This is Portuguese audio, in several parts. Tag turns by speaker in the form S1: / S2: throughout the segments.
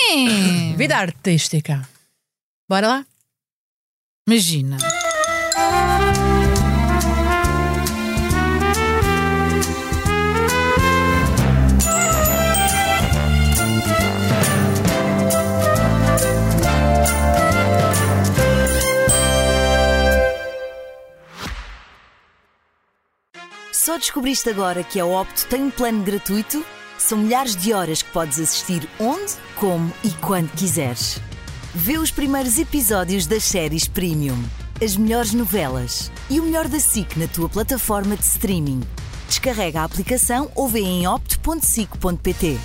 S1: Sim!
S2: Vida artística. Bora lá?
S1: Imagina.
S3: Só descobriste agora que a Opto tem um plano gratuito? São milhares de horas que podes assistir onde, como e quando quiseres. Vê os primeiros episódios das séries Premium, as melhores novelas e o melhor da SIC na tua plataforma de streaming. Descarrega a aplicação ou vê em opto.sic.pt.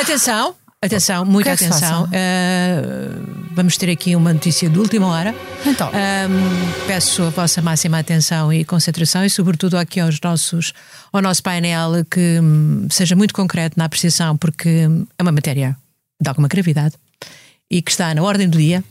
S2: Atenção, atenção, muita
S1: O que é que se
S2: atenção.
S1: passa?
S2: Eh, vamos ter aqui uma notícia de última hora.
S1: Então.
S2: Ahm, peço a vossa máxima atenção e concentração e, sobretudo, aqui aos nossos, ao nosso painel que hum, seja muito concreto na apreciação, porque hum, é uma matéria de alguma gravidade e que está na ordem do dia.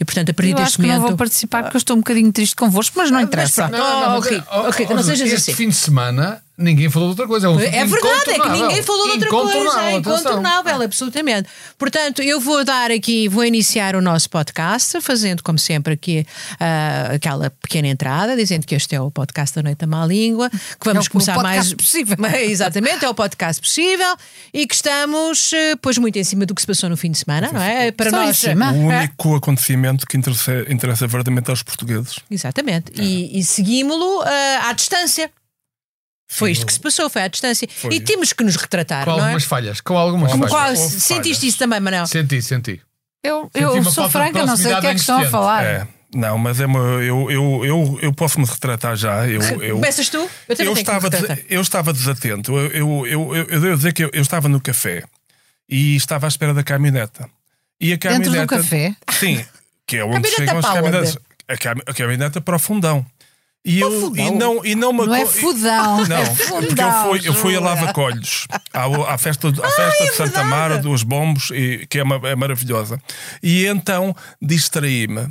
S2: E, portanto, a partir
S1: Eu acho
S2: deste
S1: que não
S2: momento.
S1: vou participar porque eu estou um bocadinho triste convosco, mas não interessa.
S2: pronto. Oh,
S4: mas,
S2: Rita,
S4: oh,
S2: oh, Rita, não
S4: oh,
S2: sejas
S4: este
S2: assim.
S4: fim de semana ninguém falou de outra coisa. É, um
S2: É
S4: assunto
S2: verdade, é que
S4: incontornável.
S2: ninguém falou de outra coisa. É
S4: atenção.
S2: incontornável, absolutamente. Portanto, eu vou dar aqui, vou iniciar o nosso podcast, fazendo, como sempre, aqui ah, aquela pequena entrada, dizendo que este é o podcast da Noite à Má Língua, que vamos
S1: É o
S2: começar
S1: podcast
S2: mais.
S1: possível.
S2: Exatamente, é o podcast possível e que estamos, eh, pois, muito em cima do que se passou no fim de semana, não é? Para
S1: Só em
S2: nós.
S1: cima. É,
S5: O único acontecimento que interessa, interessa verdadeiramente aos portugueses.
S2: Exatamente.
S1: É.
S2: E, e seguimos-lo ah, à distância. Foi isto que se passou, foi à distância. E temos que nos retratar,
S4: Com
S2: não é?
S4: algumas falhas. Com algumas
S5: Como
S4: falhas.
S2: Qual,
S5: Houve
S2: sentiste
S5: falhas.
S2: isso também, Manuel?
S4: Senti, senti.
S1: Eu,
S4: Senti
S1: eu
S4: uma
S1: sou
S4: falta de
S1: franca, não sei do que é que
S4: proximidade
S1: estão a
S4: existente.
S1: falar.
S5: É, não, mas é uma, eu, eu, eu, eu posso me retratar já. Eu, eu,
S2: Começas tu? Eu também
S5: eu
S2: tenho
S5: estava,
S2: que
S5: des-
S2: me retratar.
S5: eu estava desatento. Eu, eu, eu, eu, eu devo dizer que eu, eu estava no café e estava à espera da caminhoneta. E a
S1: Dentro do
S5: caminhoneta,
S1: café?
S5: Sim, que é onde
S2: Caminhoneta
S5: chegam as
S2: para onde?
S5: caminhonetas. A, cam, a caminhoneta para o fundão. E, eu, e, não, e não me
S1: Não é
S5: aco- e-
S1: fudão.
S5: Não,
S1: é
S5: porque eu
S1: fundão,
S5: fui, eu fui
S1: Júlia.
S5: a
S1: é
S5: Lavacolhos, à, à festa, à festa de Santa Mara, dos Bombos, e, que é, ma- é maravilhosa. E então distraí-me.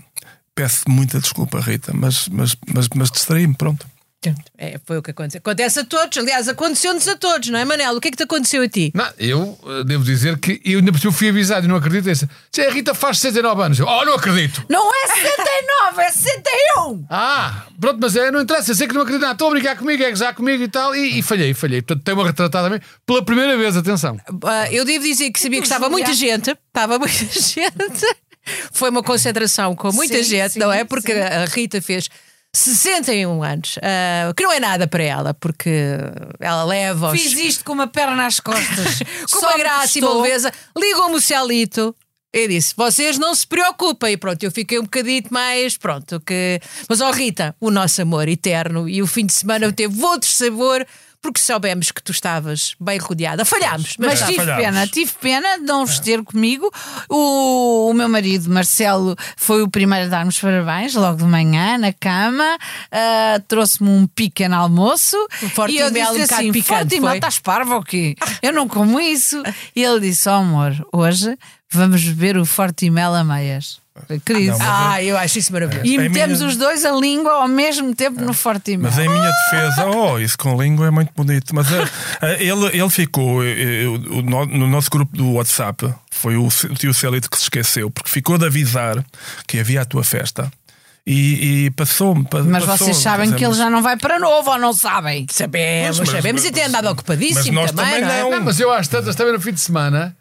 S5: Peço muita desculpa, Rita, mas, mas, mas, mas distraí-me, pronto.
S2: Portanto, é, foi o que aconteceu. Acontece a todos, aliás, aconteceu-nos a todos, não é, Manel? O que é que te aconteceu a ti?
S4: Não, eu eh, devo dizer que eu ainda por cima fui avisado e não acredito. Disse, "Se a Rita faz 69 anos. Eu, oh, não acredito.
S1: Não é 69, é 61!
S4: Ah, pronto, mas é, não interessa. Eu sei que não acredito. nada. Estão a brincar comigo, é gozar comigo e tal. E, e falhei, falhei. Portanto, tenho uma retratada também pela primeira vez. Atenção.
S2: Ah, eu devo dizer que sabia que estava muita gente, estava muita gente. Foi uma concentração com muita
S1: Sim,
S2: gente,
S1: sim,
S2: não é? Porque
S1: sim.
S2: a Rita fez 61 anos, ah, que não é nada para ela, porque ela leva os
S1: Fiz isto com uma perna às costas.
S2: com
S1: Só
S2: uma
S1: me
S2: é graça e
S1: custou.
S2: beleza. Ligou-me o Celito e disse: Vocês não se preocupem. E pronto, eu fiquei um bocadito mais. Pronto, que. Mas, ó Rita, o nosso amor eterno e o fim de semana teve outro sabor. Porque soubemos que tu estavas bem rodeada. Falhámos, mas,
S1: Mas
S5: Já
S2: sim.
S1: tive
S5: falhámos.
S1: pena, tive pena de não vos ter comigo. O, o meu marido Marcelo foi o primeiro a dar-nos parabéns, logo de manhã, na cama. Ah, Trouxe-me um pequeno almoço.
S2: Um forte
S1: e eu
S2: mel, um
S1: disse
S2: bocado
S1: assim:
S2: picante,
S1: Forte
S2: foi?"
S1: mel, estás parvo ou quê? Eu não como isso. E ele disse: Oh, amor, hoje vamos beber o forte mel a meias. Foi Querido.
S5: Não, mas-
S2: Ah, eu acho isso maravilhoso.
S1: e
S5: é
S1: metemos
S5: minha-
S1: os dois a língua ao mesmo tempo no forte mel.
S5: Mas em minha
S1: Ah!
S5: defesa, oh, isso com língua é muito bonito. Mas eh, eh, ele, ele ficou, eh, eh, o- o no, no nosso grupo do WhatsApp, foi o, C- o tio Célito que se esqueceu, porque ficou de avisar que havia a tua festa. E, e passou-me. pa-
S1: Mas
S5: passou-me,
S1: vocês sabem
S5: quer
S1: que
S5: dizer,
S1: ele já não vai para novo ou não sabem?
S2: Sabemos,
S5: Mas- mas-
S2: sabemos e tem
S5: mas-
S2: andado
S5: mas
S2: ocupadíssimo
S5: nós também
S2: não é?
S5: não.
S4: Não, mas eu às tantas também no fim de semana,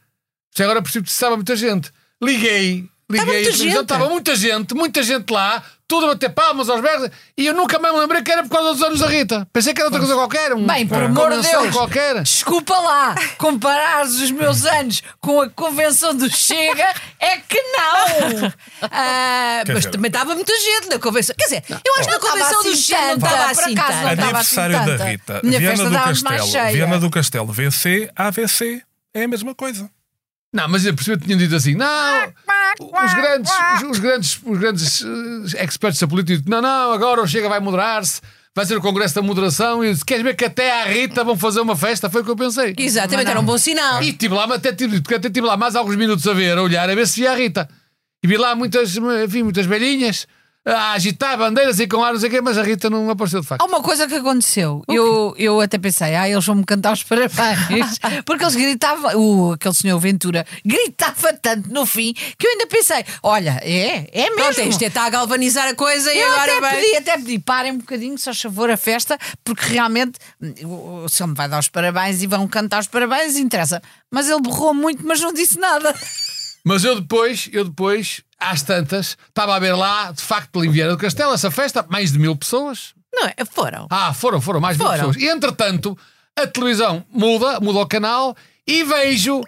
S4: já agora percebo que estava muita gente. Liguei, liguei,
S2: muita
S4: televisão,
S2: gente.
S4: estava muita gente, muita gente lá, tudo a bater palmas aos berros, e eu nunca mais me lembrei que era por causa dos anos da Rita. Pensei que era outra coisa qualquer, um,
S1: Bem, por
S4: uma
S1: amor de
S4: convenção
S1: Deus.
S4: qualquer.
S1: Desculpa lá, comparares os meus anos com a convenção do Chega, é que não! Ah,
S5: Quer
S2: Mas
S5: dizer-
S2: também estava muita gente na convenção. Quer dizer, eu acho que na convenção do Chile não estava assim
S1: acaso
S2: tanto.
S1: não estava assim
S5: Aniversário da
S1: tanta.
S5: Rita,
S1: Minha
S5: Viana
S1: festa
S5: do
S1: dava-me mais
S5: Castelo.
S1: cheia.
S5: Viana do Castelo, VC, AVC, é a mesma coisa.
S4: Não, mas eu percebi que tinham dito assim: não, os grandes, os, os grandes, os grandes eh, experts da política, não, não, agora o Chega vai moderar-se, vai ser o Congresso da Moderação, e eu disse, queres ver que até à Rita vão fazer uma festa? Foi o que eu pensei.
S2: Exatamente, era um bom sinal.
S4: E estive lá, mas até tive, porque até tive lá mais alguns minutos a ver, a olhar, a ver se via a Rita. E vi lá muitas, vi muitas velhinhas, a agitar bandeiras e com ar, não sei o quê, mas a Rita não apareceu de
S1: Há
S4: facto.
S1: uma coisa que aconteceu. Eu, eu até pensei, ah, eles vão-me cantar os parabéns. Porque eles gritavam, o, aquele senhor Ventura gritava tanto no fim que eu ainda pensei, olha, é, é mesmo.
S2: Pronto, isto é, está a galvanizar a coisa e
S1: eu
S2: agora
S1: até
S2: vai.
S1: pedi, até pedi, parem um bocadinho, só favor, a festa, porque realmente hum, o o senhor me vai dar os parabéns e vão cantar os parabéns, interessa. Mas ele borrou muito, mas não disse nada.
S4: Mas eu depois, eu depois, às tantas, estava a ver lá, de facto, pela Vieira do Castelo, essa festa, mais de mil pessoas.
S2: Não, é, foram.
S4: Ah, foram, foram mais de mil
S2: Foram.
S4: pessoas. E entretanto, a televisão muda, muda o canal e vejo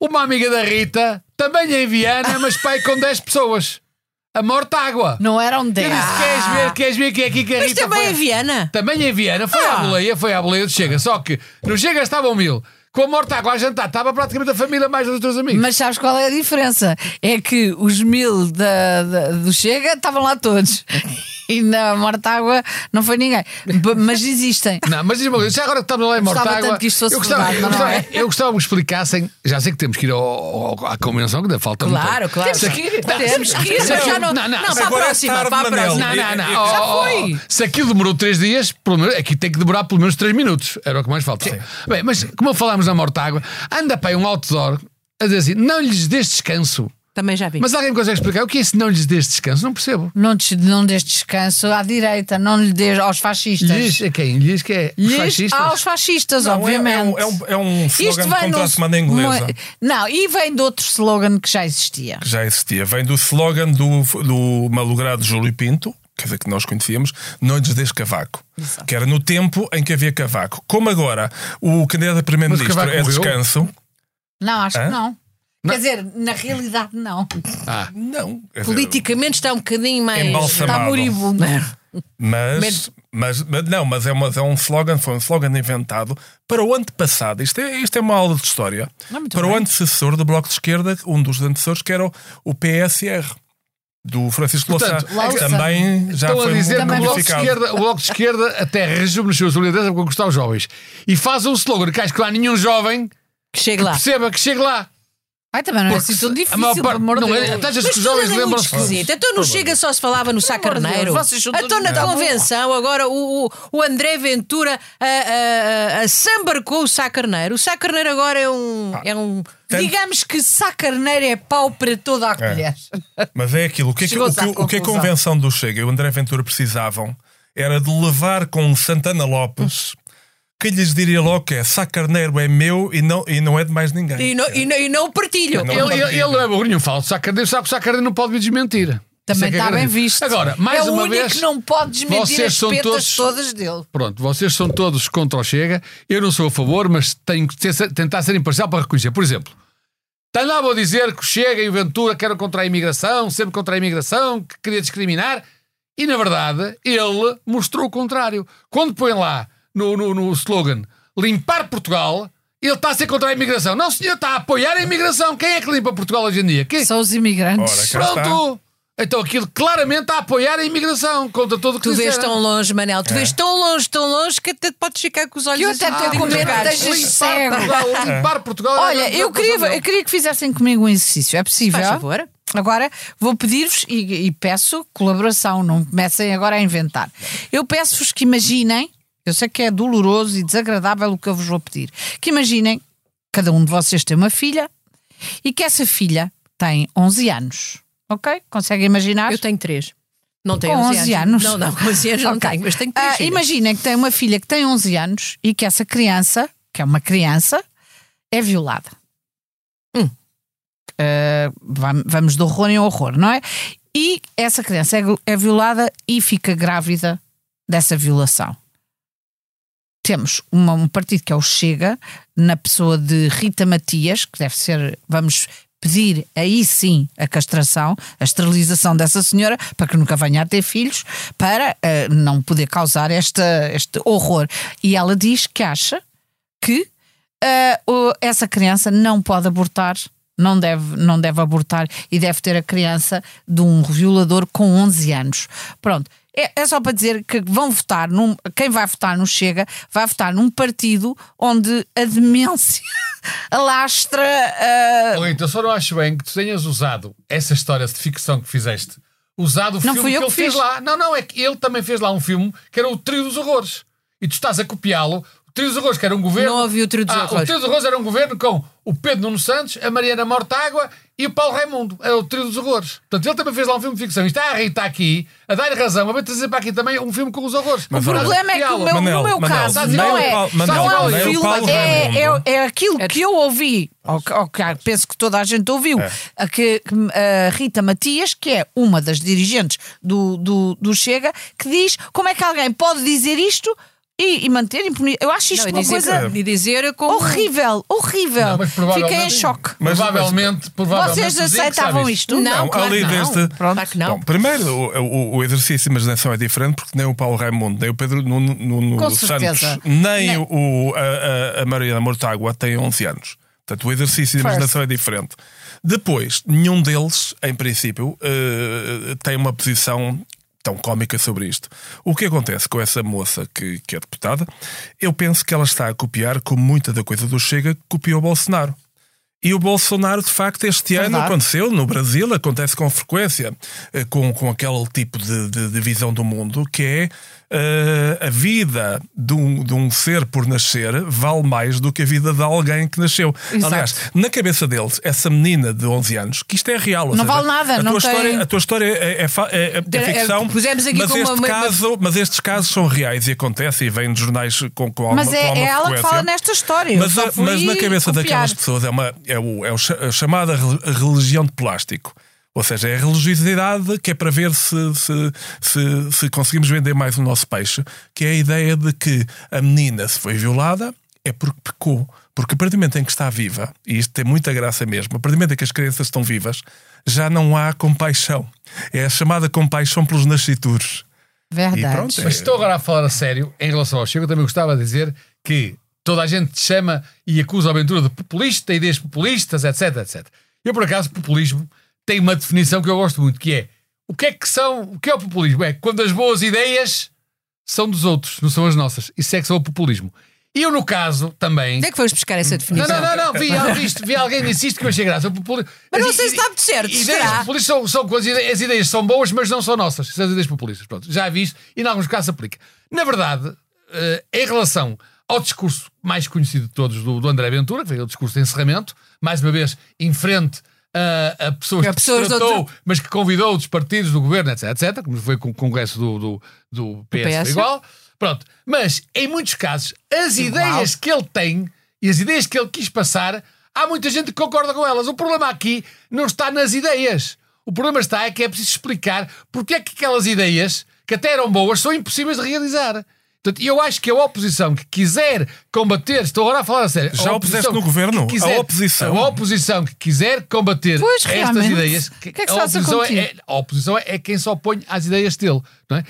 S4: uma amiga da Rita, também em Viana, mas pai com 10 pessoas. A morta água.
S1: Não eram
S4: Eu disse,
S1: 10.
S4: queres ver, queres ver que é aqui que a
S2: Mas
S4: Rita
S2: também
S4: foi?
S2: em Viana.
S4: Também em Viana, foi à boleia, foi à boleia de Chega. Só que no Chega estavam mil. Com a morta água a jantar, estava praticamente a família mais dos teus amigos.
S1: Mas sabes qual é a diferença? É que os mil da, da- do Chega estavam lá todos. E na Mortágua não foi ninguém. B- Mas existem.
S4: Não, mas diz-me uma coisa, já agora que estamos lá em
S1: Gostava
S4: Mortágua.
S1: tanto que isto fosse
S4: eu gostava,
S1: verdade,
S4: eu,
S1: não
S4: gostava,
S1: é?
S4: eu gostava que me explicassem. Já sei que temos que ir ao, ao- à convenção, que ainda falta muito.
S2: Claro, claro.
S4: Sei
S2: Temos que ir,
S4: Então, não,
S2: temos
S4: sei-
S2: que ir,
S4: sei
S2: mas já não-
S4: Não, não,
S2: não,
S4: sei-
S2: para a
S5: Agora é
S2: próxima,
S5: tarde,
S2: para a
S5: Manel.
S2: próxima.
S4: não, não, não.
S5: Eu- eu-
S4: Oh, oh, oh.
S2: foi.
S4: Se aquilo demorou 3 dias, pelo menos, aqui tem que demorar pelo menos 3 minutos. Era o que mais falta. Bem, mas como falámos na Mortágua, anda para aí um outdoor a dizer assim: não lhes dês descanso.
S2: Também já vi.
S4: Mas alguém me consegue explicar o que é esse não lhes dês descanso? Não percebo.
S1: Não, des, não des descanso à direita, não lhe des aos fascistas.
S4: Lhes a quem? Lhes que é? Os
S1: Lhes
S4: fascistas?
S1: aos fascistas,
S5: Não, é-
S1: obviamente.
S5: é um- é um slogan contra a semana inglesa.
S1: Não, e vem de outro slogan que já existia.
S5: que já existia. Vem do slogan do, do malogrado Júlio Pinto, quer dizer, que nós conhecíamos, não lhes dês cavaco. Que era no tempo em que havia cavaco. Como agora o candidato a
S4: Mas
S5: primeiro-ministro
S4: o
S5: é
S4: Cavaco morreu?
S5: descanso.
S1: Não, acho
S5: Hã?
S1: que não. Quer dizer, na realidade, não.
S5: Não. quer dizer,
S2: Politicamente está um bocadinho mais.
S5: Embalsamado.
S2: Está moribundo.
S5: Mas,
S2: Menos-
S5: mas, mas não, mas é, uma, é um slogan, foi um slogan inventado para o antepassado. Isto é, isto é uma aula de história.
S1: muito
S5: para o
S1: bem.
S5: antecessor do Bloco de Esquerda, um dos antecessores, que era o, o PSR, do Francisco Louçã.
S4: Portanto,
S1: Louçã.
S5: que Também já
S4: Estão a
S5: foi
S4: dizer que o
S1: Também
S4: bloco, de
S5: modificado.
S4: esquerda, o Bloco de Esquerda até rejuvenesceu a solidariedade com Gustavo Jovens e faz um slogan que acho que lá nenhum jovem
S2: Que chegue lá.
S4: perceba que chegue lá.
S1: Ai, também não é assim
S4: se-
S1: tão
S4: a
S1: difícil,
S4: maior
S1: pelo
S4: parte-
S1: amor de
S4: não é-
S1: Deus.
S4: até às vezes
S2: Mas
S4: que
S2: todas
S4: os jovens
S2: é muito
S4: lembram-se.
S2: esquisito. Então não chega só se falava no Sá
S1: amor de Deus,
S2: Carneiro.
S1: vocês são todos
S2: Então na
S1: nada.
S2: convenção, agora o, o- o André Ventura ah, ah, ah, sambarcou o Sá Carneiro. O Sá Carneiro agora é um.
S1: Ah,
S2: É um
S5: Tanto-
S1: Digamos que sacarneiro é pau para toda a colher.
S5: Mas é aquilo. O que, é que, o,
S1: Chegou-se à
S5: que, o que a
S1: conclusão.
S5: convenção do Chega e o André Ventura precisavam era de levar com Santana Lopes que lhes diria logo que é Sá Carneiro é meu e não, e não é de mais ninguém.
S2: e, não, e, não, e não o partilho.
S5: Não.
S1: Então,
S4: Ele, ele, ele não é burrinho falso. Sacardeiro sabe que o Sacardeiro não pode me desmentir. Isso
S1: Também
S4: é que é
S1: está bem
S4: grande.
S1: visto.
S4: Agora, mais
S1: é
S4: uma
S1: o único
S4: vez,
S1: que não pode desmentir
S4: vocês
S1: as
S4: são
S1: petas
S4: todos-
S1: todas dele.
S4: Pronto, vocês são todos contra o Chega. Eu não sou a favor, mas tenho que ter- tentar ser imparcial para reconhecer. Por exemplo, andava a dizer que o Chega e o Ventura que eram contra a imigração, sempre contra a imigração, que queria discriminar. E, na verdade, ele mostrou o contrário. Quando põe lá no, no, no slogan limpar Portugal, ele está a ser contra a imigração. Não, senhor, está a apoiar a imigração. Quem é que limpa Portugal hoje em dia? Quem?
S1: São os imigrantes.
S5: Ora, cá
S4: Pronto! Então aquilo claramente está a apoiar a imigração, contra todo o que
S2: Tu vês
S4: disseram.
S2: tão longe, Manel. Tu vês tão longe, tão longe que até podes ficar com os olhos
S1: Que É. eu até
S2: assim um
S1: estou
S2: bocadinho
S1: com medo,
S2: drogados.
S1: deixa- Deixas
S4: Limpar
S1: cego.
S4: Portugal, limpar Portugal.
S1: Olha, eu queria, eu queria que fizessem comigo um exercício. É possível?
S2: Faz favor.
S1: Agora vou pedir-vos e, e peço colaboração, não comecem agora a inventar. Eu peço-vos que imaginem, eu sei que é doloroso e desagradável o que eu vos vou pedir, que imaginem, cada um de vocês tem uma filha e que essa filha tem 11 anos, ok? Conseguem imaginar?
S2: Eu tenho três. Não tenho
S1: Com 11 anos.
S2: Não, não, com 11 anos não
S1: Ok.
S2: tenho, mas tenho três.
S1: Ah,
S2: filhas.
S1: imaginem que tem uma filha que tem 11 anos e que essa criança, que é uma criança, é violada.
S2: Hum.
S1: Ah, vam- vamos de horror em horror, não é? E essa criança é, é violada e fica grávida dessa violação. Temos uma- um partido que é o Chega, na pessoa de Rita Matias, que deve ser, vamos pedir aí sim a castração, a esterilização dessa senhora, para que nunca venha a ter filhos, para eh, não poder causar esta, este horror. E ela diz que acha que eh, o- essa criança não pode abortar, não deve, não deve abortar e deve ter a criança de um violador com 11 anos. Pronto. É, é só para dizer que vão votar, num, quem vai votar no Chega, vai votar num partido onde a demência alastra. eh,
S4: Ou então só não acho bem que tu tenhas usado essa história de ficção que fizeste usado o
S1: Não
S4: filme
S1: fui
S4: que
S1: eu
S4: ele
S1: que
S4: fez
S1: fiz.
S4: lá. Não, não, é que ele também fez lá um filme que era o Trio dos Horrores. E tu estás a copiá-lo. O Trio dos Horrores, que era um governo.
S2: Não havia o Trio dos
S4: Ah,
S2: Horrores.
S4: O Trio dos Horrores era um governo com o Pedro Nuno Santos, a Mariana Mortágua e o Paulo Raimundo. Era o Trio dos Horrores. Portanto, ele também fez lá um filme de ficção. E está a Rita aqui, a dar razão, a trazer para aqui também um filme com os horrores.
S5: Mas
S1: O
S5: olha,
S1: problema é que o meu,
S5: Manel,
S1: no meu
S5: Manel,
S1: caso
S5: nem
S1: não
S5: o
S1: é,
S5: Paulo-
S4: Manel,
S1: não é o
S4: nem o
S1: filme,
S5: Paulo
S1: é, é,
S5: Raimundo.
S1: é aquilo que
S2: tipo-
S1: eu ouvi, ou, que- ou que penso que toda a gente ouviu,
S5: É.
S1: a, que, que a Rita Matias, que é uma das dirigentes do, do, do Chega, que diz como é que alguém pode dizer isto e, e manter impunidade. Eu acho isto
S2: Não, e
S1: uma
S2: dizer,
S1: coisa
S2: e dizer como.
S1: horrível, horrível.
S4: Não, mas provavelmente-
S1: Fiquei em choque.
S5: Mas-
S4: provavelmente, provavelmente.
S1: Vocês
S4: os Zinc
S1: aceitavam
S4: sabem
S1: isto?
S2: Não, claro
S5: ali
S2: que não.
S5: deste-
S2: Claro que não.
S5: Bom, primeiro, o, o, o exercício de imaginação é diferente porque nem o Paulo Raimundo, nem o Pedro Nuno, Nuno
S1: Com
S5: Santos,
S1: certeza.
S5: nem o, a, a- a Mariana Mortágua tem 11 anos. Portanto, o exercício de imaginação é diferente. Depois, nenhum deles, em princípio, eh, tem uma posição tão cómica sobre isto. O que acontece com essa moça que, que é deputada? Eu penso que ela está a copiar, como muita da coisa do Chega, que copiou o Bolsonaro. E o Bolsonaro, de facto, este ano aconteceu no Brasil, acontece com frequência, eh, com, com aquele tipo de, de, de visão do mundo, que é eh, a vida de um, de um ser por nascer vale mais do que a vida de alguém que nasceu. Aliás, na cabeça deles, essa menina de 11 anos, que isto é real. ou
S1: Não
S5: seja,
S1: vale nada,
S5: a
S1: não
S5: tua
S1: tem-
S5: história A tua história é, é, fa- é- é- é
S2: é-
S5: ficção,
S2: pusemos aqui
S5: mas,
S2: com
S5: este
S2: uma-
S5: caso, mas estes casos são reais e acontecem e vêm de jornais com, com alguma
S1: Mas é,
S5: com
S1: é
S5: alguma
S1: ela que
S5: frequência.
S1: fala nesta história. Eu
S5: Mas,
S1: só
S5: a-
S1: fui
S5: mas na cabeça
S1: copiar.
S5: daquelas pessoas é, uma, é, o, é o cha- a chamada re- religião de plástico. Ou seja, é a religiosidade que é para ver se, se, se, se conseguimos vender mais o nosso peixe, que é a ideia de que a menina, se foi violada, é porque pecou. Porque a partir do momento em que está viva, e isto tem muita graça mesmo, a partir do momento em que as crianças estão vivas, já não há compaixão. É a chamada compaixão pelos nascituros. E
S1: Verdade.
S5: pronto, é-
S4: Mas estou agora a falar a sério em relação ao Chega. Eu também gostava de dizer que toda a gente chama e acusa a aventura de populista, ideias populistas, etc, etc. Eu, por acaso, populismo tem uma definição que eu gosto muito, que é o que é que são, o que é o populismo? É quando as boas ideias são dos outros, não são as nossas. Isso é que são o populismo. E eu, no caso, também...
S2: Onde é que foste buscar essa
S4: Não,
S2: definição?
S4: não, não, não. Vi, vi, isto, vi alguém disse isto que eu achei graça. O populi-
S2: Mas não
S4: As
S2: sei se
S4: ide-
S2: está muito certo,
S4: Ideias
S2: será?
S4: populistas são, são quando as ide- as ideias são boas, mas não são nossas. São as ideias populistas. Pronto, já vi isto e, em alguns casos, aplica. Na verdade, eh, em relação ao discurso mais conhecido de todos do, do André Ventura, que foi o discurso de encerramento, mais uma vez em frente a, a pessoas
S2: A
S4: que se
S2: pessoas de
S4: tratou,
S2: outro-
S4: mas que convidou dos partidos do governo, etc, etc, como foi com o congresso do, do, do PS,
S2: PS.
S4: igual. Pronto, mas em muitos casos, as ideias que ele tem e as ideias que ele quis passar, há muita gente que concorda com elas. O problema aqui não está nas ideias. O problema está é que é preciso explicar porque é que aquelas ideias, que até eram boas, são impossíveis de realizar. Portanto, eu acho que a oposição que quiser combater, estou agora a falar a sério.
S5: Já
S4: a
S5: opuseste
S4: oposição
S5: no governo?
S4: que
S5: A oposição.
S4: a oposição que quiser combater
S1: Pois,
S4: estas
S1: realmente.
S4: ideias,
S1: O que é que se
S4: a
S1: passa
S4: oposição
S1: contigo?
S4: é, a oposição é, é quem só põe as ideias dele, não é?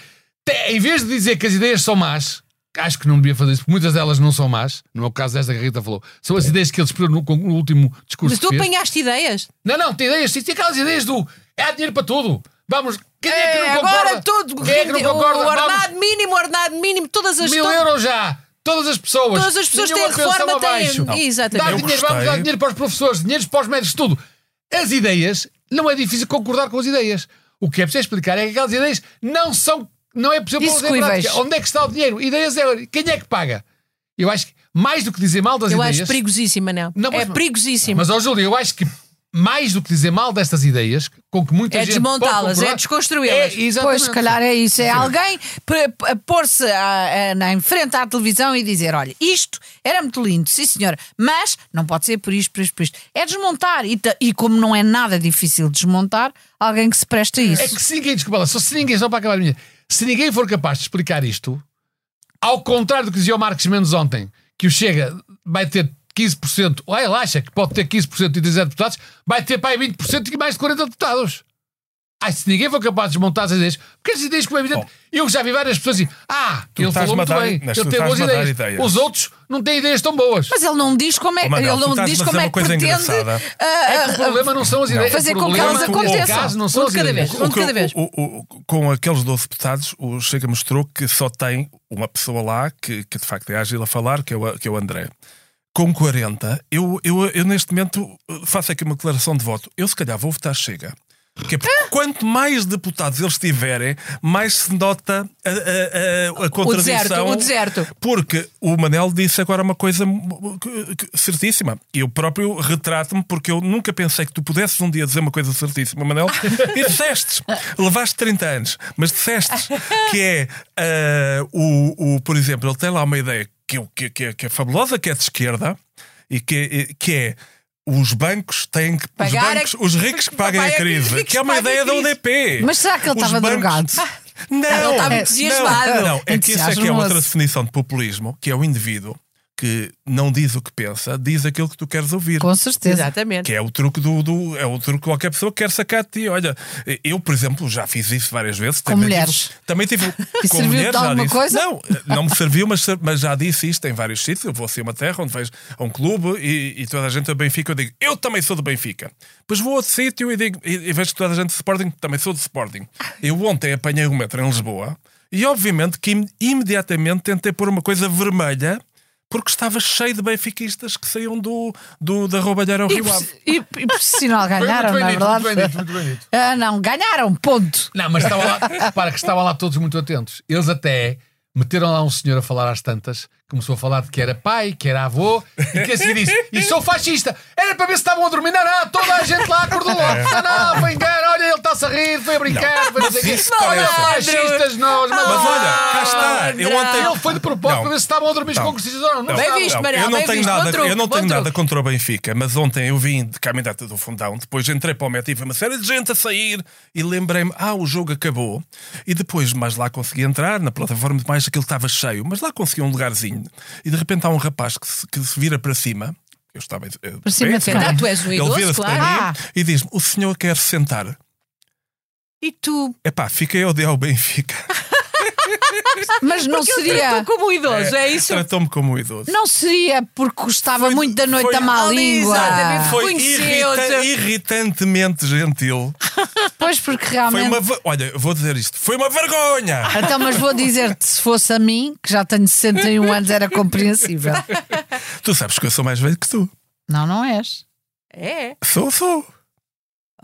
S4: Te- em vez de dizer que as ideias são más, que acho que não devia fazer isso, porque muitas delas não são más, não é o caso desta que a Rita falou, são as ideias que ele esperou no, no último
S2: É.
S4: discurso.
S2: Mas tu
S4: que fez.
S2: apanhaste ideias.
S4: Não, não, tem ideias, tem tem aquelas ideias do "É, há dinheiro para tudo, vamos, quem é, que
S2: É,
S4: não concorda?
S2: agora tudo.
S4: quem é que não concorda?
S2: O
S4: Vamos,
S2: ordenado mínimo, o ordenado mínimo, todas as
S4: mil
S2: to-
S4: euros já! Todas as pessoas.
S2: Todas as pessoas
S4: nenhuma
S2: têm reforma,
S4: pensão
S2: têm-
S4: abaixo.
S2: Não. Exatamente.
S4: Dá
S5: Eu
S4: dinheiro, vamos dar
S5: gostei.
S4: dinheiro para os professores, dinheiro para os médicos, tudo. As ideias, não é difícil concordar com as ideias. O que é preciso explicar é que aquelas ideias não são, não é possível pôr em
S1: Execuíveis.
S4: prática. Onde é que está o dinheiro? Ideias é. Quem é que paga? Eu acho que, mais do que dizer mal das
S2: Eu
S4: ideias.
S2: acho perigosíssimo, Manel.
S4: Não, mas-
S2: é perigosíssimo.
S4: Mas, ó Júlio, eu acho que mais do que dizer mal destas ideias, com que muita
S2: É
S4: gente. pode
S2: desmontá-las,
S4: concordar,
S2: é desconstruí-las.
S4: É, exatamente.
S1: Pois, se calhar é isso. É alguém pre- p- pôr-se à- à- na- em frente à televisão e dizer: olha, isto era muito lindo, sim senhora, mas não pode ser por isto, por isto, por isto. É desmontar. E, ta- e como não é nada difícil desmontar, alguém que se presta a isso.
S4: É que se ninguém, desculpa lá, só se ninguém, só para acabar a minha, se ninguém for capaz de explicar isto, ao contrário do que dizia o Marcos Mendes ontem, que o Chega vai ter 15%, ou ele acha que pode ter 15% e 17 deputados, vai ter para aí 20% e mais de 40 deputados. Ai, se ninguém for capaz de desmontar as ideias, porque as ideias, como é evidente,
S5: Bom.
S4: eu já vi várias pessoas dizer, ah,
S5: Tu
S4: ele
S5: estás-me
S4: falou
S5: a
S4: muito
S5: dar-
S4: bem,
S5: mas tu
S4: ele tem boas
S5: estás-me a dar
S4: ideias.
S5: ideias.
S4: Os outros não têm ideias tão boas.
S1: Mas ele não diz como é,
S5: Oh, Manuel,
S1: ele
S5: tu
S1: não
S5: estás-me
S1: diz
S5: a
S1: como
S5: dizer
S1: é
S5: uma
S1: que
S5: coisa
S1: pretende.
S5: engraçada.
S1: ah,
S4: É que o problema não são as ideias.
S1: fazer
S4: o
S1: com que
S4: problema,
S1: elas
S4: neste
S1: aconteçam.
S4: caso, não
S2: Um
S4: são
S2: de
S4: as
S2: cada
S4: ideias.
S2: vez.
S5: O
S2: Um de
S5: que-
S2: cada vez.
S5: o- o- o- com aqueles 12 deputados, o Chega mostrou que só tem uma pessoa lá que, que de facto é ágil a falar, que é o, que é o André. Com 40, eu, eu, eu neste momento eh, faço aqui uma declaração de voto. Eu se calhar vou votar Chega. Porquê? Porque quanto mais deputados eles tiverem, mais se nota a, a- a- a contradição.
S2: deserto, o deserto.
S5: Porque o Manel disse agora uma coisa que- que- certíssima. Eu próprio retrato-me porque eu nunca pensei que tu pudesses um dia dizer uma coisa certíssima, Manel. E disseste, levaste 30 anos, mas disseste que é ah, o, o, por exemplo, ele tem lá uma ideia que, eu- que, que é, que é fabulosa, que é de esquerda, e que, e- que é. Os bancos têm que. Os,
S2: Pagar a-
S5: bancos- os ricos que paguem a
S2: Pagar a crise,
S5: crise.
S2: ricos
S5: Que é uma
S2: que paguem a
S5: ideia da
S2: crise. Ah,
S5: UDP.
S1: Mas será que ele
S5: Os
S1: estava drogado?
S5: Não,
S2: Ele estava
S5: não,
S2: entusiasmado.
S5: Não, é que isso é que é
S1: Entusiasmou-se.
S5: outra definição de populismo, que é o indivíduo que não diz o que pensa, diz aquilo que tu queres ouvir.
S1: ah, Com certeza.
S2: Exatamente.
S5: Que é o truque do, do- é o truque que qualquer pessoa quer sacar de ti. Olha, eu, por exemplo, já fiz isso várias vezes.
S1: Com
S5: Também
S1: mulheres.
S5: tive- também tive.
S1: E serviu-te de
S5: já
S1: alguma
S5: disse.
S1: coisa?
S5: Não, eh, não me serviu, mas, mas já disse isto em vários sítios. Eu vou assim a uma terra onde vejo a um clube e, e toda a gente é do Benfica. Eu digo, eu também sou do Benfica. Depois vou a outro sítio e, digo, e, e vejo que toda a gente de Sporting, também sou de Sporting. Eu ontem apanhei um metro em Lisboa e, obviamente, que im- imediatamente tentei pôr uma coisa vermelha. Porque estava cheio de benfiquistas que saíam do, do, da roubalheira ao
S1: E,
S5: Rio Ave.
S1: por- e, e por sinal ganharam,
S4: muito bem
S1: na verdade.
S4: dito, muito bem dito, muito bem dito.
S1: Ah, não, ganharam, ponto.
S4: Não, mas estava lá, repara que estavam lá todos muito atentos. Eles até meteram lá um senhor a falar às tantas, começou a falar de que era pai, que era avô, e que a seguir disse: E sou fascista. Era para ver se estavam a dormir. Não, não, toda a gente lá acordou logo.
S5: É.
S4: Não, não, foi engano. Olha, ele está a rir, foi a brincar, foi não sei o quê.
S5: isso
S4: Olha,
S5: parece-
S4: fascistas nós, mas.
S5: Mas olha, cá está. Eu ontem.
S4: Ele foi de propósito
S5: Não.
S4: para ver se estavam a dormir os
S5: Não.
S4: congressistas ou não. não
S5: Não,
S4: estavam.
S2: visto, Manel,
S5: eu não
S2: bem
S5: tenho
S2: visto.
S5: nada,
S2: Bom truque,
S5: eu não
S2: bom
S5: tenho nada
S2: truque.
S5: contra o Benfica, mas ontem eu vim de caminhada do fundão, depois entrei para o metro e vi uma série de gente a sair e lembrei-me, ah, o jogo acabou. E depois, mas lá consegui entrar, na plataforma de mais aquilo estava cheio, mas lá consegui um lugarzinho. E de repente há um rapaz que se, que se vira para cima. Eu estava para
S1: cima de quem?
S2: Ah, tu és um idoso,
S5: Ele vira-se para
S1: claro.
S5: mim e diz-me: O senhor quer se sentar?
S4: é?
S2: E tu?
S5: Epá, fiquei a odiar o Benfica.
S1: Mas não seria.
S2: Estou como um idoso, é isso?
S5: Tratou-me como um idoso.
S1: Não seria porque gostava
S5: Foi-
S1: muito da noite
S5: foi-
S1: da má
S2: Ali,
S1: língua.
S2: exatamente.
S5: Foi
S2: Conheceu-te.
S5: irrita- irritantemente gentil.
S1: Pois porque
S5: Foi
S1: realmente.
S5: uma ver- Olha, vou dizer isto. Foi uma vergonha!
S1: Então, mas vou dizer-te, se fosse a mim, que já tenho 61 anos, era compreensível.
S5: tu sabes que eu sou mais velho que tu.
S1: Não, não és.
S2: É.
S5: Sou, sou.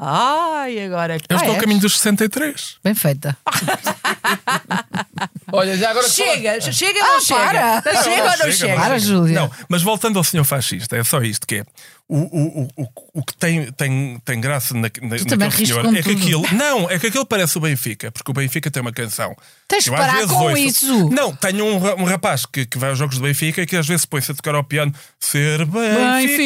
S2: Ai, agora.
S5: Eu
S1: Ah,
S5: estou
S1: és?
S5: ao caminho dos 63.
S1: Bem feita.
S4: Olha, já agora que
S2: Chega, chega ou não
S1: Ah, para.
S2: chega? Chega ou não chega?
S1: Para, Júlia.
S5: Não, mas voltando ao senhor fascista, é só isto que é. O, o, o, o, o que tem, tem, tem graça na, na,
S1: também
S5: naquele
S1: riste
S5: senhor
S1: com
S5: é que
S1: tudo.
S5: aquilo. Não, é que aquilo parece o Benfica, porque o Benfica tem uma canção.
S1: Tens de
S5: Eu às
S1: parar
S5: vezes
S1: com
S5: ouço-
S1: isso.
S5: Não, tenho um, ra- um rapaz que, que vai aos jogos do Benfica e que às vezes põe-se a tocar ao piano ser benfiquista.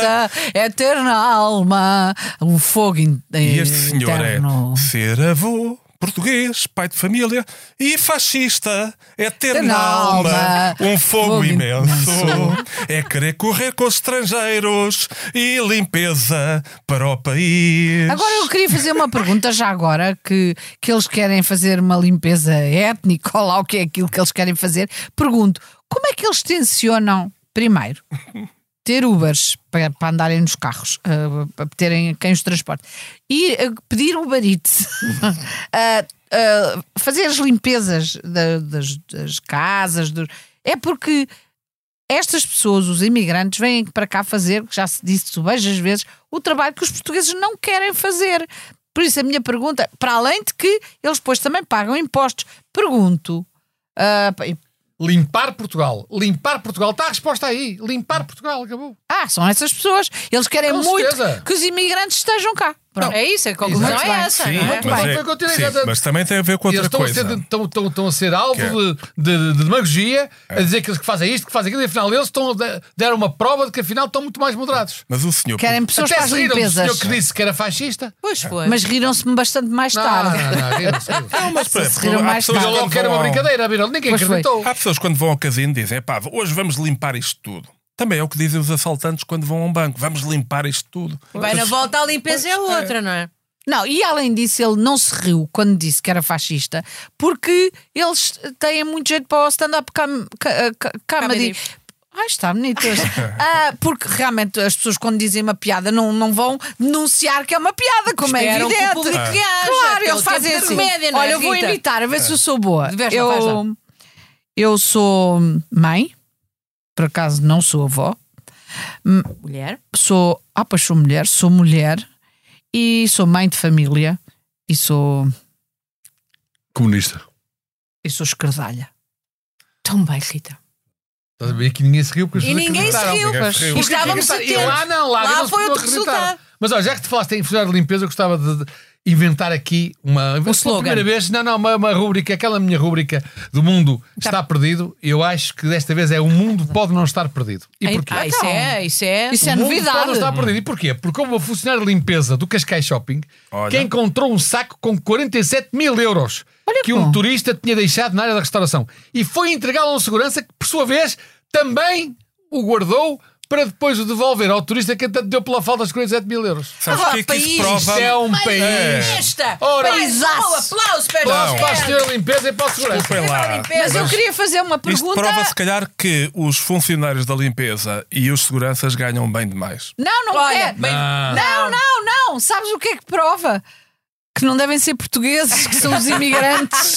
S1: Benfiquista, eterna alma, um fogo in-
S5: E este senhor
S1: interno.
S5: é ser avô, português, pai de família e fascista. É ter
S1: Ter na
S5: na alma
S1: alma
S5: um fogo,
S1: fogo
S5: imenso.
S1: imenso.
S5: É querer correr com os estrangeiros e limpeza para o país.
S1: Agora eu queria fazer uma pergunta já agora que, que eles querem fazer uma limpeza étnica ou lá o que é aquilo que eles querem fazer. Pergunto, como é que eles tensionam, primeiro, ter Ubers para, para andarem nos carros, eh, para terem quem os transporte, ir eh, pedir Uber Eats, Ah, ah, fazer as limpezas da- das, das casas, dos- é porque estas pessoas, os imigrantes, vêm para cá fazer, que já se disse várias vezes, o trabalho que os portugueses não querem fazer. Por isso, a minha pergunta, para além de que eles depois também pagam impostos, pergunto. ah, pa-
S4: Limpar Portugal. Limpar Portugal. Está a resposta aí. Limpar Portugal. Acabou.
S1: ah, são essas pessoas. Eles querem
S4: Com
S1: muito
S4: certeza.
S1: que os imigrantes estejam cá. Pronto.
S2: É isso, a conclusão
S4: Exato.
S2: é essa.
S5: Sim,
S2: não é?
S5: mas,
S4: bem.
S5: é-
S4: Foi o que eu tirei
S5: sim,
S4: da-
S5: mas também tem a ver com
S4: E eles
S5: outra
S4: estão a,
S5: coisa.
S4: ser, estão, estão, estão a ser alvo
S5: Que é?
S4: de, de- de demagogia, a dizer que eles que fazem isto, que fazem aquilo, e afinal eles estão, a dar- deram uma prova de que afinal estão muito mais moderados.
S5: Mas o senhor.
S1: Querem pessoas
S4: Até
S1: para as
S4: se riram do senhor
S1: limpezas.
S4: que disse que era fascista.
S2: Pois foi.
S1: Mas riram-me bastante mais
S4: Não,
S1: tarde.
S4: não, não, riram-se, riram-se.
S1: É
S5: Não, mas, por
S1: se
S5: exemplo,
S1: riram
S5: há
S1: mais
S5: pessoas
S1: tarde.
S5: que
S4: Logo que era
S5: vão
S4: uma
S5: ao-
S4: brincadeira, viram? Ninguém
S1: um Pois foi.
S4: acreditou.
S5: Há pessoas que quando vão ao casino dizem, pá, hoje vamos limpar isto tudo. Também é o que dizem os assaltantes quando vão a um banco. Vamos limpar isto tudo.
S2: Vai na volta à limpeza é outra, não é?
S1: Não, e além disso, ele não se riu quando disse que era fascista, porque eles têm muito jeito para o stand-up cam- ca- eh, ca- comedy.
S2: Comedy.
S1: Ai, está bonito. hoje. Ah, porque realmente as pessoas, quando dizem uma piada, não, não vão denunciar que é uma piada, como
S2: Esperam
S1: é
S2: que o
S1: evidente.
S2: público Ah. reaja,
S1: Claro,
S2: que é o
S1: eles fazem
S2: tempo da
S1: assim.
S2: comédia, não é,
S1: Olha, eu vou
S2: Rita?
S1: imitar, a ver se eu sou boa.
S2: Vês lá, vais lá.
S1: Eu, eu sou mãe, por acaso não sou avó
S2: Mulher.
S1: sou, ah, pois sou mulher, sou mulher e sou mãe de família e sou,
S4: Comunista.
S1: e sou escardalha.
S2: Tão bem, Rita.
S4: Estás a ver que ninguém se riu porque as
S1: E
S4: pessoas
S1: ninguém se
S4: acreditaram.
S1: riu.
S5: ninguém se riu.
S1: E
S4: Porque
S1: estávamos
S4: acreditaram. E lá
S1: atentos.
S4: não, lá,
S1: Lá
S4: não se
S1: foi
S4: não
S1: outro
S4: acreditaram.
S1: resultado.
S4: Mas olha, já que te falaste em funcionário de limpeza, eu gostava de inventar aqui uma. pela
S1: slogan.
S4: primeira vez, não, não, uma, uma rúbrica, aquela minha rúbrica do mundo está perdido. Eu acho que desta vez é o mundo pode não estar perdido. E
S2: Ai,
S4: porquê?
S2: ah,
S5: Então,
S2: isso é, isso é.
S1: Isso é
S4: O mundo
S1: novidade.
S4: pode não estar perdido. E porquê? Porque houve uma funcionária de limpeza do Cascais Shopping
S5: Olha.
S4: que encontrou um saco com 47 mil euros
S1: Olha
S4: que
S1: bom.
S4: um turista tinha deixado na área da restauração e foi entregá-lo a um segurança que, por sua vez, também o guardou para depois o devolver ao turista que até deu pela falta dos 47 mil euros.
S5: Sabes o que é que
S1: país,
S5: isso prova?
S4: Isto é um
S2: Mas
S4: país.
S2: Esta!
S4: Ora,
S2: Mas,
S1: Exato.
S2: oh, aplauso para
S4: Aplausos
S2: esta.
S4: para a senhora de limpeza e para o segurança.
S5: Foi lá.
S1: Mas eu queria fazer uma
S5: Isto
S1: pergunta.
S5: prova, se calhar, que os funcionários da limpeza e os seguranças ganham bem demais.
S1: Não, não
S2: Olha,
S1: quero.
S2: bem-
S1: Não, não, não. Sabes o que é que prova? Que não devem ser portugueses, que são os imigrantes.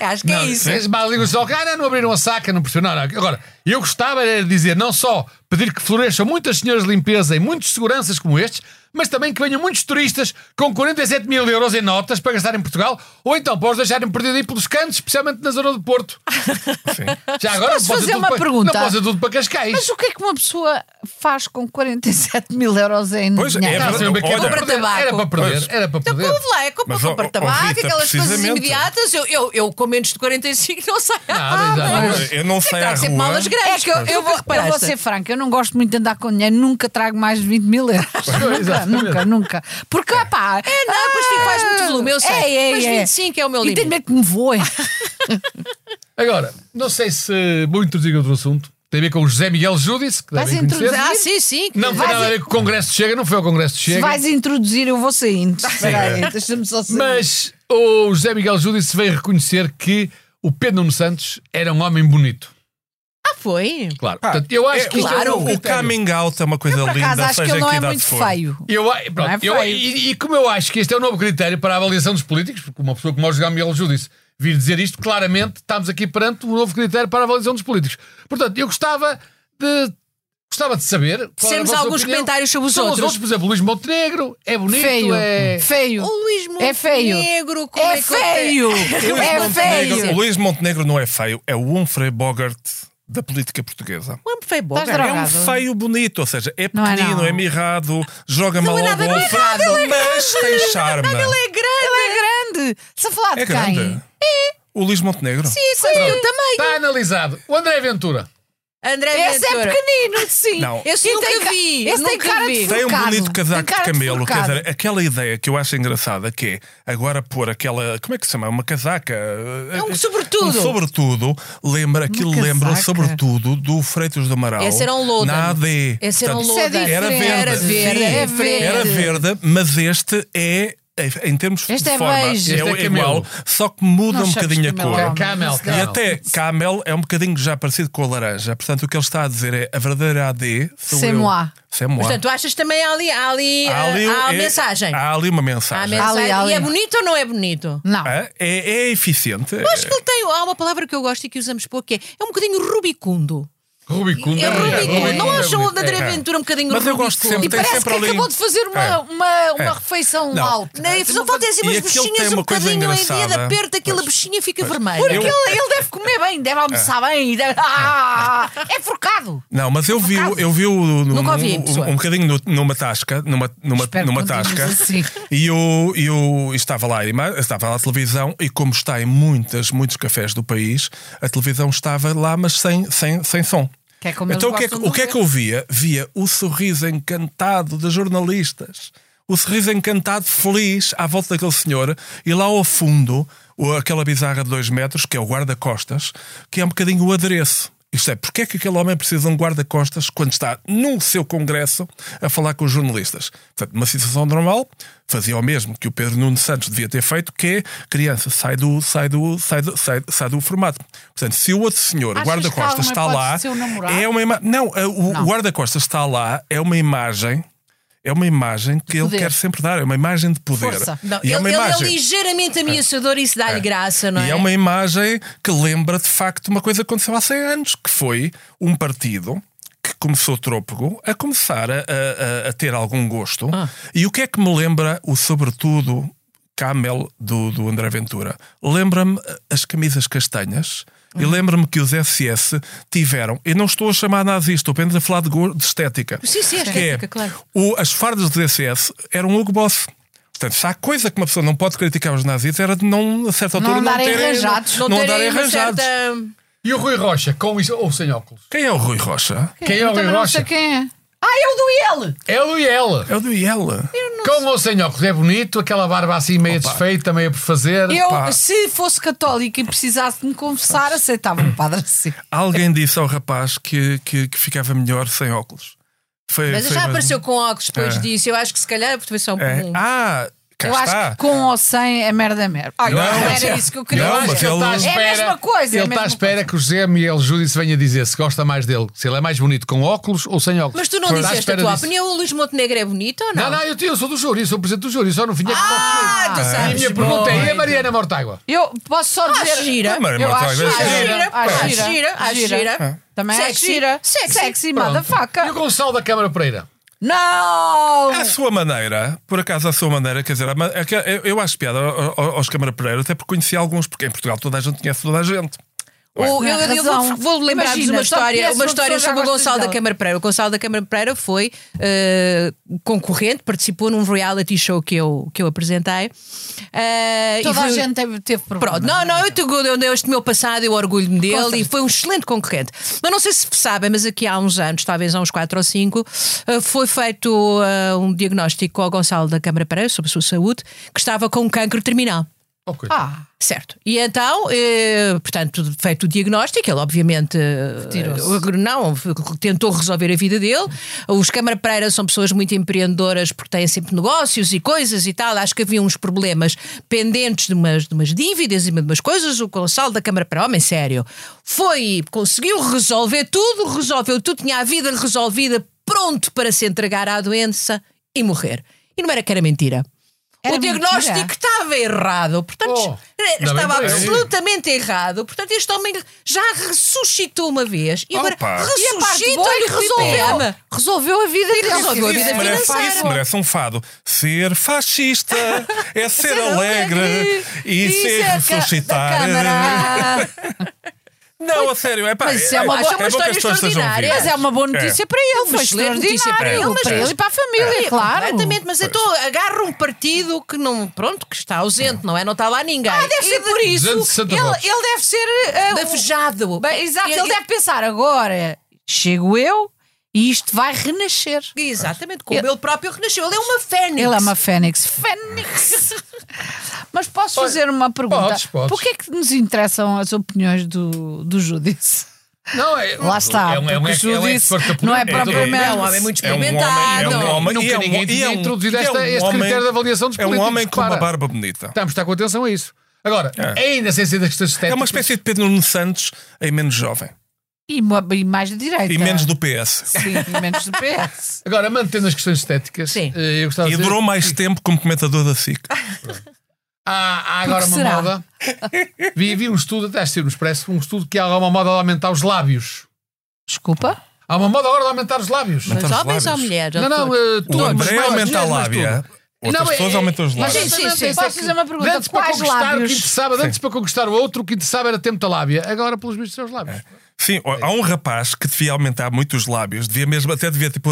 S2: Acho que é isso.
S4: Vocês mal ligam só, cara, não abriram a saca, não percebeu. Não, não. Agora, eu gostava era de dizer, não só pedir que floresçam muitas senhoras de limpeza e muitos seguranças como estes, mas também que venham muitos turistas com 47 mil euros em notas para gastar em Portugal, ou então para os deixarem perdido aí pelos cantos, especialmente na zona do Porto.
S5: Sim.
S4: Já agora
S1: Posso
S4: não pode ser
S1: fazer
S4: tudo
S1: uma
S4: para,
S1: pergunta?
S4: Não pode ser tudo para Cascais.
S1: Mas o que é que uma pessoa faz com 47 mil euros em
S5: Pois, é
S1: dinheiro?
S4: Não,
S5: verdade.
S4: não, bem que
S5: Olha-
S4: para perder.
S2: Tabaco.
S4: era para perder,
S5: Pois.
S4: era para
S2: Então,
S4: perder.
S2: ouve lá, é como
S5: Mas, ó,
S2: comprar
S5: ó,
S2: tabaco,
S5: Rita,
S2: aquelas coisas
S5: precisamente.
S2: imediatas. Eu, eu, eu com menos de 45 não Ah, saio à
S4: Nada,
S2: rua.
S4: exato.
S5: Olha, Eu não sei
S2: Trago
S5: à
S2: sempre
S5: rua.
S2: malas grandes.
S5: Então,
S1: que eu,
S5: é
S1: eu vou, eu vou ser franca, eu não gosto muito de andar com dinheiro, nunca trago mais de 20 mil euros. nunca,
S4: exatamente.
S1: nunca, nunca. Porque, pá. É,
S2: não, Ah, pois fica mais muito volume, eu sei. Mas 25 é o meu
S1: E tenho
S2: limite.
S1: medo que me voem.
S4: Agora, não sei se vou introduzir outro assunto. Tem a ver com o José Miguel Júdice, que
S1: Vais
S4: devem conhecer.
S1: introduzir?
S2: Ah, sim, sim.
S4: Não foi
S1: Vais
S4: nada a ver com o Congresso de Chega, não foi ao Congresso de
S1: Se
S4: Chega.
S1: vais introduzir, eu vou saindo. Espera aí, deixa-me só sair.
S4: Mas o José Miguel Júdice veio reconhecer que o Pedro Nuno Santos era um homem bonito.
S2: Ah, foi.
S4: Claro. Portanto, eu acho
S5: É,
S4: que isto é um
S5: o, o
S4: critério.
S5: coming out é uma coisa
S1: Por acaso,
S5: linda,
S1: acho que
S5: seja
S1: ele não
S5: que
S1: é
S5: idade
S1: muito
S5: for.
S1: feio.
S4: Eu, a- pronto,
S1: Não é
S4: eu-
S1: feio.
S4: e, e como eu acho que este é o novo critério para a avaliação dos políticos, porque uma pessoa como o José Miguel Júdice vir dizer isto, claramente estamos aqui perante um novo critério para a avaliação dos políticos. Portanto, eu gostava de. Gostava de saber. qual era a
S2: Temos
S4: vossa
S2: alguns
S4: opinião
S2: comentários sobre os
S4: sobre
S2: outros.
S4: Por exemplo, Luís Montenegro é bonito,
S1: Feio.
S4: é.
S1: Feio.
S2: O Luís Montenegro,
S1: É feio.
S2: um como é,
S1: é
S2: que eu tenho-
S1: feio!
S5: Luís
S1: É
S5: Montenegro- O
S1: feio!
S5: Luís Montenegro não é feio, é o Humphrey Bogart da política portuguesa.
S2: Não é feio, bom.
S1: Estás
S5: É um
S1: Drogado.
S5: feio bonito, ou seja, é
S1: Não é
S5: pequenino,
S1: não.
S5: é mirrado, joga mal
S2: é
S5: ao
S2: nada
S5: golfe,
S2: mirrado, ele é
S5: mas tem charme.
S2: Ele é grande.
S1: É grande! Estás a falar de
S5: É
S1: quem?
S5: grande. O Luís Montenegro.
S2: Isso aí, eu também.
S4: Está analisado. O André Ventura.
S2: um André
S1: Esse é
S2: Ventura.
S1: pequenino, sim.
S5: Não.
S2: Esse
S1: E
S2: nunca
S1: tem ca-
S2: vi,
S1: Esse tem
S2: nunca
S1: cara
S2: vi.
S1: de
S5: Tem um
S1: forcado.
S5: bonito casaco
S1: Tem cara
S5: de camelo, quer
S1: forcado.
S5: dizer, aquela ideia que eu acho engraçada que é agora pôr aquela, como é que se chama? Uma casaca. É
S2: um sobretudo.
S5: Um sobretudo, lembra, aquilo
S1: casaca.
S5: lembra sobretudo do Freitas do Amaral.
S2: Esse era um Loden.
S5: Na AD.
S2: Esse era um
S5: Portanto,
S1: Isso é
S2: Loden.
S1: diferente.
S5: Era verde.
S2: Era verde.
S5: Sim.
S2: é
S1: Era verde.
S5: Era verde, mas este é. Em termos
S1: Este
S5: de
S1: é
S5: forma,
S1: beijo.
S4: Este
S5: é,
S4: é
S5: é
S4: camelo.
S5: igual, só que muda
S1: Não
S5: um
S1: chaves
S5: bocadinho a
S1: camelo,
S5: cor.
S1: Não,
S4: Camel,
S1: não.
S5: E
S4: Camel.
S5: até Camel é um bocadinho já parecido com a laranja. Portanto, o que ele está a dizer é a verdadeira AD sou
S1: C'est
S5: eu.
S1: moi.
S5: C'est moi.
S2: Portanto, tu achas também há ali, há ali, eh,
S5: Há
S1: um-
S5: ali-
S2: há
S5: é-
S2: mensagem.
S5: Há ali uma
S2: Há
S5: mensagem.
S2: mensagem.
S1: Ali, ali.
S2: E é bonito ou não é bonito?
S1: Não.
S5: É, é- é eficiente.
S2: Acho que ele tem. Há uma palavra que eu gosto e que usamos pouco que é, é um bocadinho rubicundo.
S4: Rubicundo.
S2: É, rubicundo. Não acham o da André
S5: É.
S2: Ventura um bocadinho
S5: Mas eu
S2: rubicundo?
S5: gosto sempre-
S1: E
S5: tem
S1: parece que
S5: sempre ali-
S1: acabou de fazer uma,
S5: É.
S1: uma, uma
S5: É.
S1: refeição
S5: Não.
S1: alta.
S2: Não, só falta assim
S5: E
S2: umas
S5: aquilo tem
S2: bochinhas um
S5: uma coisa
S2: bocadinho em dia de
S5: engraçada.
S2: aperto, aquela bochinha fica vermelha.
S5: Porque
S1: Porque
S5: Eu-
S1: ele, ele deve comer bem, deve almoçar bem. Deve... Ah, é forcado.
S5: Não, mas eu vi,
S1: acaso.
S5: eu vi o, o-
S2: Nunca ouvi,
S5: um-
S2: pessoa.
S5: um, bocadinho no- numa tasca, numa, numa,
S1: Espero que
S5: numa
S1: continues
S5: tasca,
S1: assim.
S5: e eu, e eu estava lá, a ima- estava lá a televisão, e como está em muitas, muitos cafés do país, a televisão estava lá, mas sem, sem, sem som.
S1: Que é como
S5: então o
S1: eles
S5: que, é, que-
S1: gostam
S5: o que é
S1: de
S5: que eu via? Via o sorriso encantado das jornalistas, o sorriso encantado feliz à volta daquele senhor, e lá ao fundo, o- aquela bizarra de dois metros, que é o guarda-costas, que é um bocadinho o adereço. Isto é, porque é que aquele homem precisa de um guarda-costas quando está num seu congresso a falar com os jornalistas? Portanto, numa situação normal, fazia o mesmo que o Pedro Nuno Santos devia ter feito, que é, criança, sai do, sai do, sai do, sai, sai do formato. Portanto, se o outro senhor, o
S1: Achas que
S5: guarda-costas,
S1: alguma
S5: está
S1: hipótese
S5: lá,
S1: de ser o namorado?
S5: é uma ima- Não, a- o, o guarda-costas está lá, é uma imagem. É uma imagem que ele
S1: poder.
S5: quer sempre dar, é uma imagem de poder.
S1: Força.
S2: Não,
S5: e
S2: ele,
S5: é uma
S2: ele
S5: imagem.
S2: é ligeiramente ameaçador e isso dá-lhe graça, não é?
S5: E é uma imagem que lembra de facto uma coisa que aconteceu há 100 anos, que foi um partido que começou Trôpego a começar a, a- a- a ter algum gosto.
S2: Ah.
S5: E o que é que me lembra o sobretudo Camel do, do André Ventura? Lembra-me eh, as camisas castanhas. E
S2: Uhum.
S5: lembra-me que os SS tiveram, eu não estou a chamar nazista, estou apenas a falar de, go- de estética.
S2: Sim, sim, a
S5: Que é
S2: estética, claro.
S5: o- as fardas do SS eram Hugo Boss. Portanto, se há coisa que uma pessoa não pode criticar os nazis era de não, a certa
S1: Não
S5: altura, não,
S1: andarem
S5: terem,
S1: arranjados.
S5: Não,
S2: terem
S5: andarem
S2: uma
S5: arranjados.
S2: certa-
S4: E o Rui Rocha, com isso ou sem óculos?
S5: Quem é o Rui Rocha?
S4: Quem é o
S1: Eu
S4: Rui
S1: também não sei
S4: Rocha?
S1: quem é. Ah, é o do ele!
S4: Ele e ela.
S5: É o do IEL.
S4: Com ou sem óculos, é bonito, aquela barba assim meio desfeita, meio por fazer.
S1: Eu,
S5: Pá.
S1: se fosse católica e precisasse de me confessar, aceitava um padre assim.
S5: Alguém disse ao rapaz que, que, que ficava melhor sem óculos. Foi,
S2: Mas
S5: foi
S2: já
S5: mesmo.
S2: apareceu com óculos depois
S5: É.
S2: disso. Eu acho que se calhar foi só um.
S5: É.
S2: um-
S5: Ah, cá
S1: Eu acho
S5: está.
S1: que com ou sem é merda merda. Olha,
S5: Não,
S1: não
S5: mas-
S1: era é isso que eu queria.
S5: não,
S1: dizer.
S5: mas ele-
S4: tá à
S5: É a
S1: mesma coisa, é
S4: Ele
S1: a
S4: está à
S1: mesma
S4: espera que o José Miguel Júdice venha dizer se gosta mais dele, se ele é mais bonito com óculos ou sem óculos.
S2: Mas tu não
S4: Está à
S2: disseste a
S4: espera
S2: tua
S4: disso.
S2: opinião. O Luís Montenegro é bonito ou não?
S4: Não, não, eu, eu sou do júri, sou presidente do júri, só é não vinha
S2: Ah, tu
S4: com
S2: sabes
S4: E a minha pergunta é: e a
S2: muito.
S4: Mariana Mortágua?
S1: Eu posso só dizer.
S2: gira.
S5: Ah, Mariana
S1: Eu
S5: Mortágua
S1: acho
S5: é
S1: gira.
S5: gira.
S1: Acho
S2: Pá,
S1: gira,
S2: gira, ah,
S1: acho
S2: gira.
S5: Ah.
S1: gira. Também
S2: Sexy.
S1: é gira.
S2: Sexy.
S1: Sexy, motherfucker.
S4: E o Gonçalo da Câmara Pereira?
S1: Não!
S2: Ah,
S5: À É sua maneira, por acaso à sua maneira, quer dizer, a ma- é que eu- eu acho piada ao- ao- aos Câmara Pereira, até porque conheci alguns, porque em Portugal toda a gente conhece toda a gente.
S2: O-
S1: Tem
S2: eu, eu
S1: é? razão.
S2: vou, vou lembrar-vos de
S1: Imagina,
S2: uma
S1: só
S2: história,
S1: conheço uma
S2: uma história
S1: pessoa, já
S2: sobre o
S1: gosto
S2: Gonçalo da
S1: dela.
S2: Câmara Pereira. O Gonçalo da Câmara Pereira foi eh, concorrente, participou num reality show que eu, que eu apresentei. eh, e
S1: Toda a
S2: foi-
S1: gente teve, teve problema.
S2: Pronto, não, não, eu tenho eu tenho este meu passado, eu orgulho-me dele e foi um excelente concorrente. Mas não sei se sabem, mas aqui há uns anos, talvez há uns 4 ou 5, foi feito ah, um diagnóstico ao Gonçalo da Câmara Pereira sobre a sua saúde, que estava com um cancro terminal.
S4: Ok.
S1: Ah,
S2: Certo. E então, eh, portanto, feito o diagnóstico, ele obviamente eh,
S1: Retirou-se.
S2: não f- tentou resolver a vida dele. Os Câmara Pereira são pessoas muito empreendedoras porque têm sempre negócios e coisas e tal. Acho que havia uns problemas pendentes de umas, de umas dívidas e de umas coisas. O Gonçalo da Câmara Pereira, homem sério, foi, conseguiu resolver tudo, resolveu tudo, tinha a vida resolvida, pronto para se entregar à doença e morrer. E não era que era mentira.
S1: Era
S2: o diagnóstico
S1: mentira?
S2: estava errado, portanto,
S4: Oh,
S2: era-
S4: ainda bem
S2: estava
S4: para ele.
S2: absolutamente errado. Portanto, este homem já ressuscitou uma vez e agora tipo.
S5: Opa.
S1: e a parte boa é
S2: ressuscita-lhe
S1: que
S2: o resolveu.
S1: resolveu, resolveu a É vida dele.
S2: resolveu a
S5: Isso
S2: vida
S5: merece,
S2: financeira.
S5: isso merece um fado. Ser fascista é ser alegre e
S1: é
S5: ser ressuscitar. Não, a sério, é pá.
S1: Mas isso é uma
S5: bom-
S1: boa-
S5: bom que as
S2: história
S5: pessoas estejam
S2: extraordinária.
S5: vivas.
S1: Mas é uma boa notícia para
S2: É
S1: ele.
S2: uma
S1: Foi
S2: excelente notícia para
S1: extraordinário.
S2: ele, mas-
S1: Para ele e para a família, claro.
S2: Completamente, mas então agarra um partido que não, pronto, que está ausente, não é? Não está lá ninguém.
S1: Ah, deve
S2: E é
S1: ser por isso.
S4: Gente de Santa
S1: Ele,
S4: Voz.
S1: ele deve ser. ah,
S2: um Bafejado. é
S1: o- Bem, exato,
S2: E-
S1: ele
S2: e-
S1: deve pensar agora. Chego eu e isto vai renascer.
S2: Exatamente, como
S1: Ele-
S2: ele próprio renasceu. Ele é uma
S1: Ele
S2: fênix.
S1: é uma fênix. Fênix! Mas posso fazer uma pergunta?
S4: podes, podes.
S1: Porquê é que nos interessam as opiniões do, do Júdice?
S4: Não, é,
S1: Lá está,
S4: É um, é um,
S1: porque o
S4: é um
S1: Júdice
S4: expert da
S1: não é
S4: política,
S1: propriamente-
S4: tudo bem.
S2: É um homem muito
S5: É um homem-
S2: experimentado.
S5: É um homem.
S4: Nunca
S5: e é um-
S4: ninguém
S5: e
S4: tinha
S5: é um-
S4: introduzido
S5: e é
S4: esta-
S5: um
S4: este
S5: homem-
S4: critério de avaliação dos
S5: É um
S4: políticos, Tá.
S5: homem com
S4: repara.
S5: uma barba bonita.
S4: Estamos a estar com atenção a isso. Agora,
S5: É.
S4: ainda sem ser das questões estéticas.
S5: É uma espécie de Pedro Nuno Santos em menos jovem.
S1: E, mo- e mais de direita.
S5: E
S4: Então.
S5: menos do PS.
S1: Sim, e menos do PS.
S4: Agora, mantendo as questões estéticas,
S2: Sim.
S4: eh, eu gostava
S5: E
S4: de dizer,
S5: durou mais tempo como comentador da SIC.
S4: Ah, há, há agora
S1: Porque
S4: uma
S1: será?
S4: moda. Vi, vi um estudo, até acho que nos parece, um estudo que há uma moda de aumentar os lábios.
S1: Desculpa.
S4: Há uma moda agora de aumentar os lábios.
S5: Mas
S2: Mas
S5: Tantos
S2: homens ou
S5: lábios.
S2: mulheres?
S4: Não, não,
S2: doutor?
S4: eh,
S5: O
S4: todos,
S5: André
S4: mas-
S5: aumenta a
S4: mas
S5: lábia.
S4: tudo.
S5: Outras
S4: Não, é-
S5: pessoas aumentam os
S1: Mas
S5: lábios.
S1: sim, sim, sim.
S4: Exatamente,
S1: Posso fazer uma pergunta?
S4: Antes para
S1: Quais
S4: conquistar o que
S1: lábios?
S4: interessava, de antes para conquistar o outro, o que interessava era ter muita lábia. Agora, pelos vistos, são os lábios.
S5: Sim, ó, há um rapaz que devia aumentar muito os lábios, devia mesmo, até devia tipo.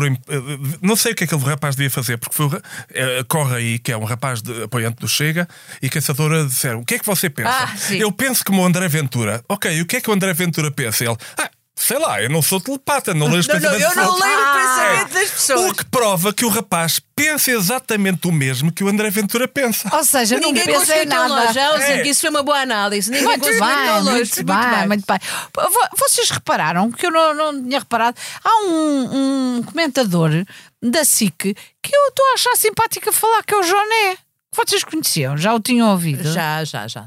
S5: Não sei o que aquele rapaz devia fazer, porque foi, o ra- eh, corre aí, que é um rapaz de- apoiante do Chega, e que a Caçadora disseram: O que é que você pensa?
S2: Ah, sim.
S5: eu penso como o André Ventura. Ok, e o que é que o André Ventura pensa? Ele, ah, sei lá, eu não sou telepata, não leio os
S2: Não, não, eu
S5: pensamentos dos
S2: não
S5: outros." Ah.
S2: leio o pensamento das pessoas.
S5: O que prova que o rapaz pensa exatamente o mesmo que o André Ventura pensa.
S2: Ah,
S1: Ou seja,
S2: Ninguém
S1: não pensa em
S2: conseguiu tão
S1: nada.
S2: longe. Já
S5: É.
S2: é. que isso foi uma boa análise. Ninguém
S1: Muito bem,
S2: conseguiu um tão longe.
S1: muito bem, muito bem. Vo- Vocês repararam que eu não, não tinha reparado? Há um, um comentador da SIC que eu estou a achar simpático a falar, que é o Joné. Vocês conheciam, já o tinham ouvido.
S2: Já, já, já.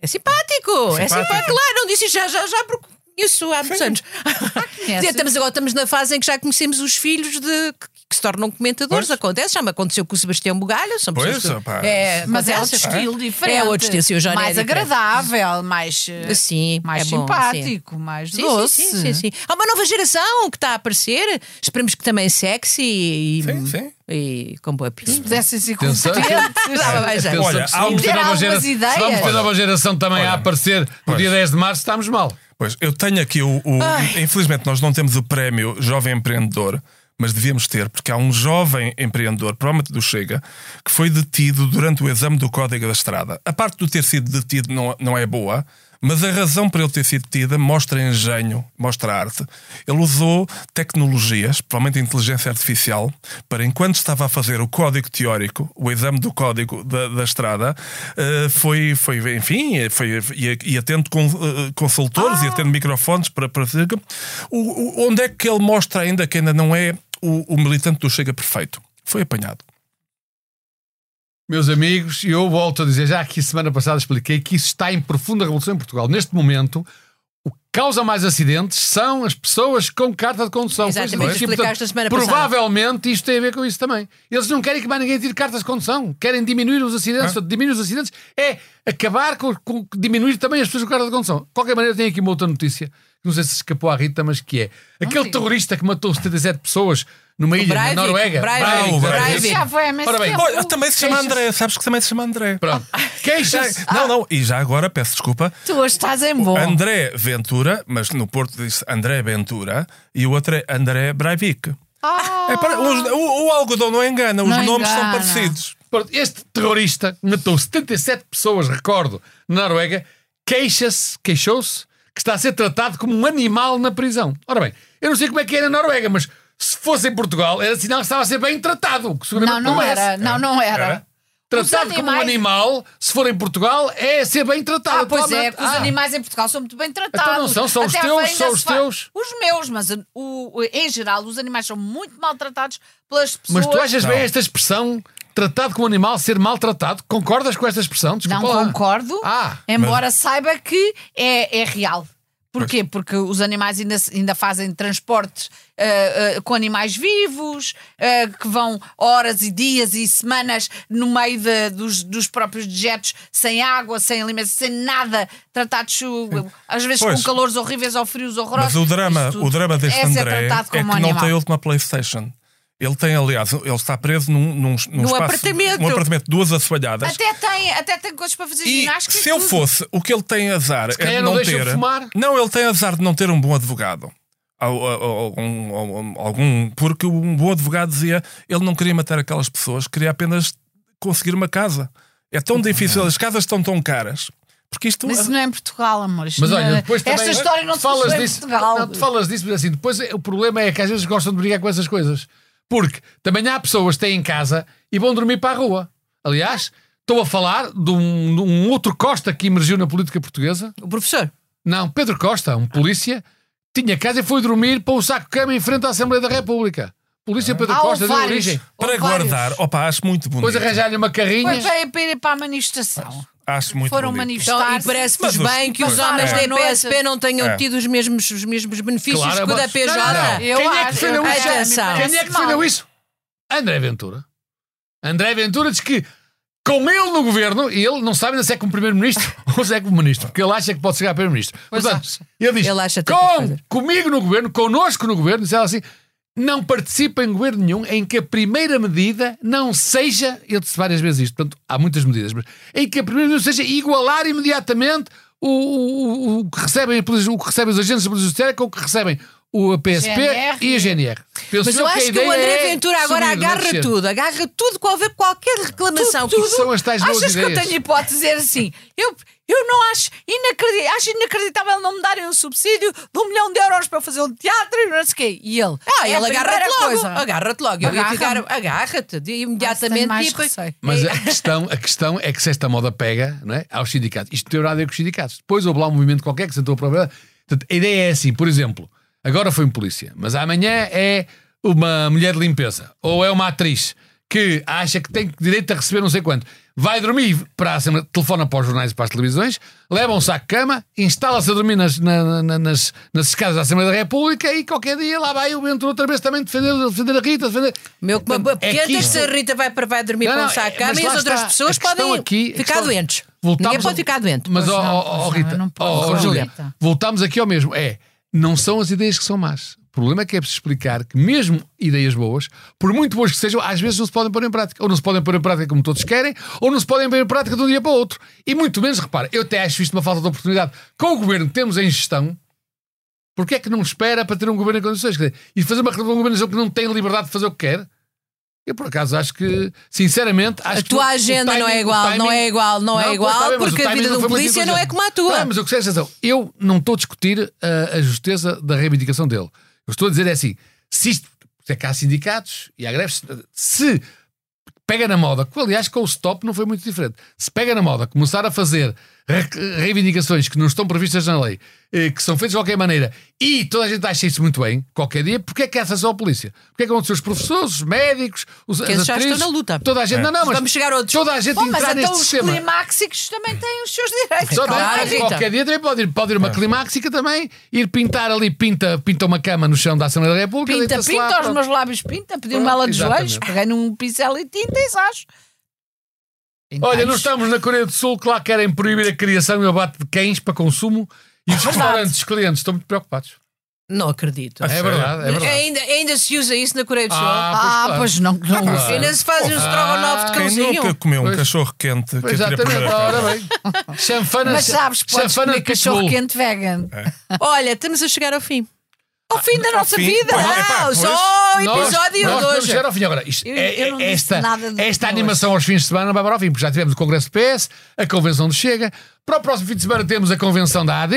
S2: É simpático. É
S5: Simpático.
S2: simpático. Claro, não disse já, já, já, porque
S5: Ah,
S2: conheço há muitos anos. Quer dizer,
S1: Conhece?
S2: estamos, agora estamos na fase em que já conhecemos os filhos de. que se tornam comentadores,
S5: Pois.
S2: acontece, já me aconteceu com o Sebastião Bugalho, são
S5: Pois,
S2: pessoas que-
S5: rapaz.
S2: é,
S1: Mas é outro
S2: acontece,
S1: estilo diferente.
S2: É outro estilo, sim, o Johnny
S1: Mais
S2: é diferente.
S1: agradável, mais, eh,
S2: Sim,
S1: mais
S2: é bom, sim.
S1: simpático, mais
S2: Sim,
S1: doce.
S2: Sim, sim, sim, sim. Há uma nova geração que está a aparecer, esperemos que também é sexy e,
S5: Sim, sim.
S2: e com boa
S1: Se
S2: pinta.
S1: pudessem ser
S4: Atenção.
S1: competentes.
S2: Dava mais jeito.
S5: Olha,
S4: se
S5: há um-
S4: vamos ter
S1: Ter
S4: nova
S1: algumas
S4: gera- se
S1: ideias.
S4: vamos ter nova geração também
S5: Olha.
S4: a aparecer no dia
S5: Pois.
S4: 10 de março, estamos mal.
S5: Pois, eu tenho aqui o. o- infelizmente, nós não temos o prémio Jovem Empreendedor, mas devíamos ter, porque há um jovem empreendedor, provavelmente do Chega, que foi detido durante o exame do Código da Estrada. A parte do ter sido detido não, não é boa. Mas a razão para ele ter sido detido mostra engenho, mostra arte. Ele usou tecnologias, provavelmente inteligência artificial, para enquanto estava a fazer o código teórico, o exame do código da, da estrada, eh, foi, foi, enfim, foi, ia, ia tendo con- eh, consultores, ia tendo microfones para, para dizer que- o, o- onde é que ele mostra ainda que ainda não é o, o militante do Chega Perfeito. Foi apanhado.
S4: Meus amigos, e eu volto a dizer, já aqui semana passada expliquei que isso está em profunda revolução em Portugal. Neste momento, o que causa mais acidentes são as pessoas com carta de condução.
S2: Exatamente,
S4: Coisas assim.
S2: explicaste na semana passada.
S4: Provavelmente isto tem a ver com isso também. Eles não querem que mais ninguém tire cartas de condução. Querem diminuir os acidentes. Portanto, Diminuir os acidentes é acabar com, com- diminuir também as pessoas com carta de condução. De qualquer maneira, tem aqui uma outra notícia, que não sei se escapou à Rita, mas que é aquele
S2: diga.
S4: terrorista que matou 77 pessoas numa ilha
S2: Breivik,
S4: na Noruega.
S2: Breivik,
S5: Breivik.
S1: Isso Já foi há imenso
S4: Ora bem,
S1: tempo.
S5: Olha, também se chama André, sabes que também se chama André.
S4: Pronto.
S1: Ah.
S4: Queixa-se.
S5: Não, não, e já agora, peço desculpa,
S1: Tu hoje estás em bom.
S5: André Ventura, mas no Porto diz André Ventura e o outro é André Breivik. É para- os- o, o algodão não engana, os
S1: Ah. Não
S5: nomes são
S1: engana.
S5: parecidos.
S4: Pronto, este terrorista matou 77 pessoas, recordo, na Noruega, queixa-se, queixou-se, que está a ser tratado como um animal na prisão. Ora bem, eu não sei como é que é na Noruega, mas se fosse em Portugal, era sinal que estava a ser bem tratado. o Que seguramente
S1: Não, não
S4: é.
S1: era. Não, não era.
S5: Era?
S1: Os
S4: Tratado como um
S1: animais-
S4: animal, se for em Portugal, é ser bem tratado.
S1: Ah, pois é,
S4: atualmente.
S1: que os
S4: Ah,
S1: animais em Portugal são muito bem tratados.
S4: Então não são, são os
S1: Até
S4: teus,
S1: ainda
S4: são
S1: se
S4: os
S1: fa-
S4: teus.
S1: Os meus, mas uh, o, em geral os animais são muito maltratados pelas pessoas.
S4: Mas tu achas
S5: Não.
S4: bem esta expressão, tratado como um animal, ser maltratado? Concordas com esta expressão? Desculpa
S1: Não
S5: Tipo,
S4: lá.
S1: concordo,
S4: Ah,
S1: embora saiba que é, é real. Porquê? Porque os animais ainda, se- ainda fazem transportes ah, ah, com animais vivos, ah, que vão horas e dias e semanas no meio de- dos, dos próprios dejetos, sem ágágua, sem alimento, sem nada, tratados uh, às vezes
S5: Pois.
S1: com calores horríveis ou frios horrorosos.
S5: Mas o drama,
S1: Isso tudo
S5: o drama deste
S1: é ser
S5: André é
S1: tratado
S5: que
S1: como
S5: não
S1: animal.
S5: tem a última Playstation. Ele tem, aliás, ele está preso num, num, num
S2: No
S5: espaço,
S2: apartamento.
S5: num apartamento, duas assoalhadas.
S1: Até tem, até tem coisas para fazer
S5: E
S1: ginástica. e
S5: se eu
S1: tudo.
S5: fosse, o que ele tem azar é
S4: calhar
S5: de
S4: não
S5: não
S4: deixam
S5: ter.
S4: fumar.
S5: Não, ele tem azar de não ter um bom advogado. Al- al- al- um- al- Algum, porque um bom advogado dizia ele não queria matar aquelas pessoas, queria apenas conseguir uma casa. É tão difícil, as casas estão tão caras. Porque isto.
S1: Mas isso não é em Portugal, amor. Isto
S4: Mas
S1: não
S4: olha,
S1: é-
S4: depois também.
S1: Esta história não se
S4: falas
S1: passou em
S4: disso,
S1: Portugal.
S4: Não, tu falas disso, mas assim, depois o problema é que às vezes gostam de brigar com essas coisas. Porque também há pessoas que têm em casa e vão dormir para a rua. Aliás, estou a falar de um, de um outro Costa que emergiu na política portuguesa.
S2: O professor.
S4: Não, Pedro Costa, um polícia, tinha casa e foi dormir para um saco-cama em frente à Assembleia da República. Polícia Pedro
S1: Há
S4: Costa, deu
S1: Ah. vários.
S4: origem.
S5: para
S1: Ou vários.
S5: guardar, opa, acho muito bonito.
S4: Depois arranjar-lhe uma
S1: Foi
S4: carrinha.
S1: para, para ir para a manifestação.
S5: acho muito
S1: Foram
S5: bonito.
S1: manifestar.
S2: Então, e
S1: Estar-se-
S2: parece-vos
S5: Mas os-
S2: bem que os
S1: passaram
S2: homens
S1: a
S2: da
S1: noite.
S2: PSP não tenham
S5: É.
S2: tido os mesmos, os mesmos benefícios
S4: Claro,
S2: que o da
S4: mas-
S2: PJ.
S4: Não, não, não.
S1: Eu
S4: Quem é que
S1: acho-
S4: defendeu
S1: eu
S2: isso?
S1: acho-
S2: Atenção.
S1: me
S4: Quem é
S1: parece
S4: que defendeu
S1: mal.
S4: isso? André Ventura. André Ventura diz que com ele no governo, e ele não sabe ainda se é como primeiro-ministro ou se é como ministro, porque ele acha que pode chegar a primeiro-ministro.
S2: Pois
S4: Portanto,
S2: acha.
S4: ele diz,
S2: Ele acha até que
S4: com,
S2: fazer.
S4: comigo no governo, connosco no governo, diz ela assim, não participa em governo nenhum em que a primeira medida não seja, ele disse várias vezes isto, portanto, há muitas medidas, mas em que a primeira medida seja igualar imediatamente o, o- o- o que recebem, a polícia- o que recebem os agentes da Polícia Judiciária com o que recebem o PSP
S1: GNR.
S4: e a GNR. Penso
S2: Mas eu
S4: eu a
S2: acho que o
S4: ideia
S2: André
S4: é
S2: Ventura agora
S4: subir, não
S2: agarra
S4: descer.
S2: tudo, agarra tudo que houver qualquer reclamação.
S4: Tudo, tudo. São as tais boas
S1: Achas que eu
S4: ideias.
S1: tenho hipótese de dizer assim? Eu, eu não acho inacreditável, acho inacreditável não me darem um subsídio de um milhão de euros para eu fazer um teatro e não sei o quê. E ele.
S2: Ah,
S1: é a
S2: ele agarra-te
S1: primeira
S2: logo.
S1: coisa.
S2: Agarra-te logo. Eu ia
S1: Agarra-me.
S2: ficar- Agarra-te de- imediatamente.
S1: mais
S2: tipo,
S1: receio.
S4: Mas é- a questão, a questão é que se esta moda pega não é, aos sindicatos, isto não tem nada a ver com os sindicatos. Depois houve lá um movimento qualquer que sentou a propriedade. Portanto, a ideia é assim, por exemplo, agora foi um polícia, mas amanhã é uma mulher de limpeza, ou é uma atriz. que acha que tem direito a receber não sei quanto, vai dormir para a Assembleia, telefona para os jornais e para as televisões, leva um saco de cama, instala-se a dormir nas, na- na- nas, nas escadas da Assembleia da República e qualquer dia lá vai o Bento outra vez também defender, defender a Rita, defender.
S2: Meu,
S4: Portanto,
S2: Portanto,
S4: é que isto-
S2: se a Rita vai, para- vai dormir
S4: Não,
S2: para
S4: não,
S2: um saco de
S4: mas
S2: cama e
S4: lá
S2: as outras
S4: está.
S2: pessoas
S4: A questão
S2: podem
S4: aqui- a
S2: ficar
S4: questão-
S2: doentes.
S4: Voltamos
S2: Ninguém pode
S4: a-
S2: ficar doente.
S4: Mas,
S1: Pois
S4: ó,
S1: não,
S4: ó, ó,
S1: pois não,
S4: Rita,
S1: não
S4: ó,
S1: pode.
S4: ó,
S1: Pois não,
S4: Júlia,
S1: Rita.
S4: voltamos aqui ao mesmo. É, não são as ideias que são más. O problema é que é preciso explicar que, mesmo ideias boas, por muito boas que sejam, às vezes não se podem pôr em prática. Ou não se podem pôr em prática como todos querem, ou não se podem pôr em prática de um dia para o outro. E muito menos, repara, eu até acho isto uma falta de oportunidade. Com o governo que temos em gestão, porque é que não espera para ter um governo em condições? Quer dizer, e fazer uma revolução governação que não tem liberdade de fazer o que quer? Eu, por acaso, acho que, sinceramente, acho
S2: A
S4: que
S2: tua
S4: o
S2: agenda não é
S4: timing-
S2: igual,
S4: o
S2: não é igual, não é
S4: pois,
S2: igual,
S4: tá bem, mas
S2: porque
S4: o
S2: a
S4: timing
S2: vida de um
S4: foi muito
S2: polícia não é
S4: inteligente.
S2: como a tua.
S4: Tá, mas eu que sei, razão. Eu não estou a discutir ah, a justeza da reivindicação dele. Eu estou a dizer é assim: se isto, se é que há sindicatos e há greves, se pega na moda, que aliás com o stop não foi muito diferente, se pega na moda começar a fazer re- reivindicações que não estão previstas na lei, eh, que são feitas de qualquer maneira, e toda a gente acha isso muito bem, qualquer dia, porque é que essa só a polícia? Porque é que vão ser os professores, os médicos, os
S2: Que
S4: as
S2: esses já estão
S4: atrizes,
S2: na luta.
S4: Toda a gente, não, não, mas
S2: Vamos chegar a outros.
S4: toda a gente
S1: Bom, mas
S4: entrar
S1: então
S4: neste
S1: os
S4: sistema.
S1: climáxicos também têm os seus direitos.
S4: Só
S2: Claro,
S4: dá-
S2: Rita.
S4: qualquer dia também pode ir, pode ir uma climáxica também, ir pintar ali, pinta, pinta uma cama no chão da Assembleia da República.
S1: Pinta,
S4: deita-se lá,
S1: pinta, os
S4: pronto.
S1: meus lábios pinta, pedi uma
S4: Pronto,
S1: ala de joelhos,
S4: exatamente.
S1: peguei num pincel e tinta e sás.
S4: Olha,
S1: Pintais.
S4: nós estamos na Coreia do Sul que lá querem proibir a criação e o abate de cães para consumo e os restaurantes, os clientes estão muito preocupados.
S2: Não acredito.
S5: Ah,
S4: É
S5: sério?
S4: verdade, é verdade.
S2: Ainda, ainda se usa isso na Coreia do Sul.
S4: Ah,
S1: Ah, pois não, não
S4: Ah,
S1: uso.
S2: ainda se faz um estrogonofe de
S4: Ah,
S5: Quem
S2: cãozinho.
S5: nunca comeu um
S4: Pois.
S5: cachorro quente que
S4: pois
S5: atira
S4: exatamente,
S5: primeiro
S4: ora bem. Chanfana,
S1: Mas sabes, podes
S4: chanfana
S1: comer
S4: de pitbull.
S1: cachorro quente vegan.
S2: Olha, estamos a chegar ao fim.
S1: Ao fim
S4: Ah,
S1: da nossa
S5: fim.
S1: vida!
S5: Pois, epá,
S2: Não,
S5: pois,
S2: ah, só o
S4: Nós-
S2: episódio
S4: nós
S2: de
S4: podemos
S2: hoje.
S4: chegar ao fim. Agora, isto
S1: Eu-
S4: é-
S1: eu não
S4: é-
S1: disse
S4: esta,
S1: nada de
S4: esta
S1: hoje.
S4: animação aos fins de semana vai para o fim, porque já tivemos o Congresso do PS, a Convenção do Chega. Para o próximo fim de semana temos a Convenção da AD.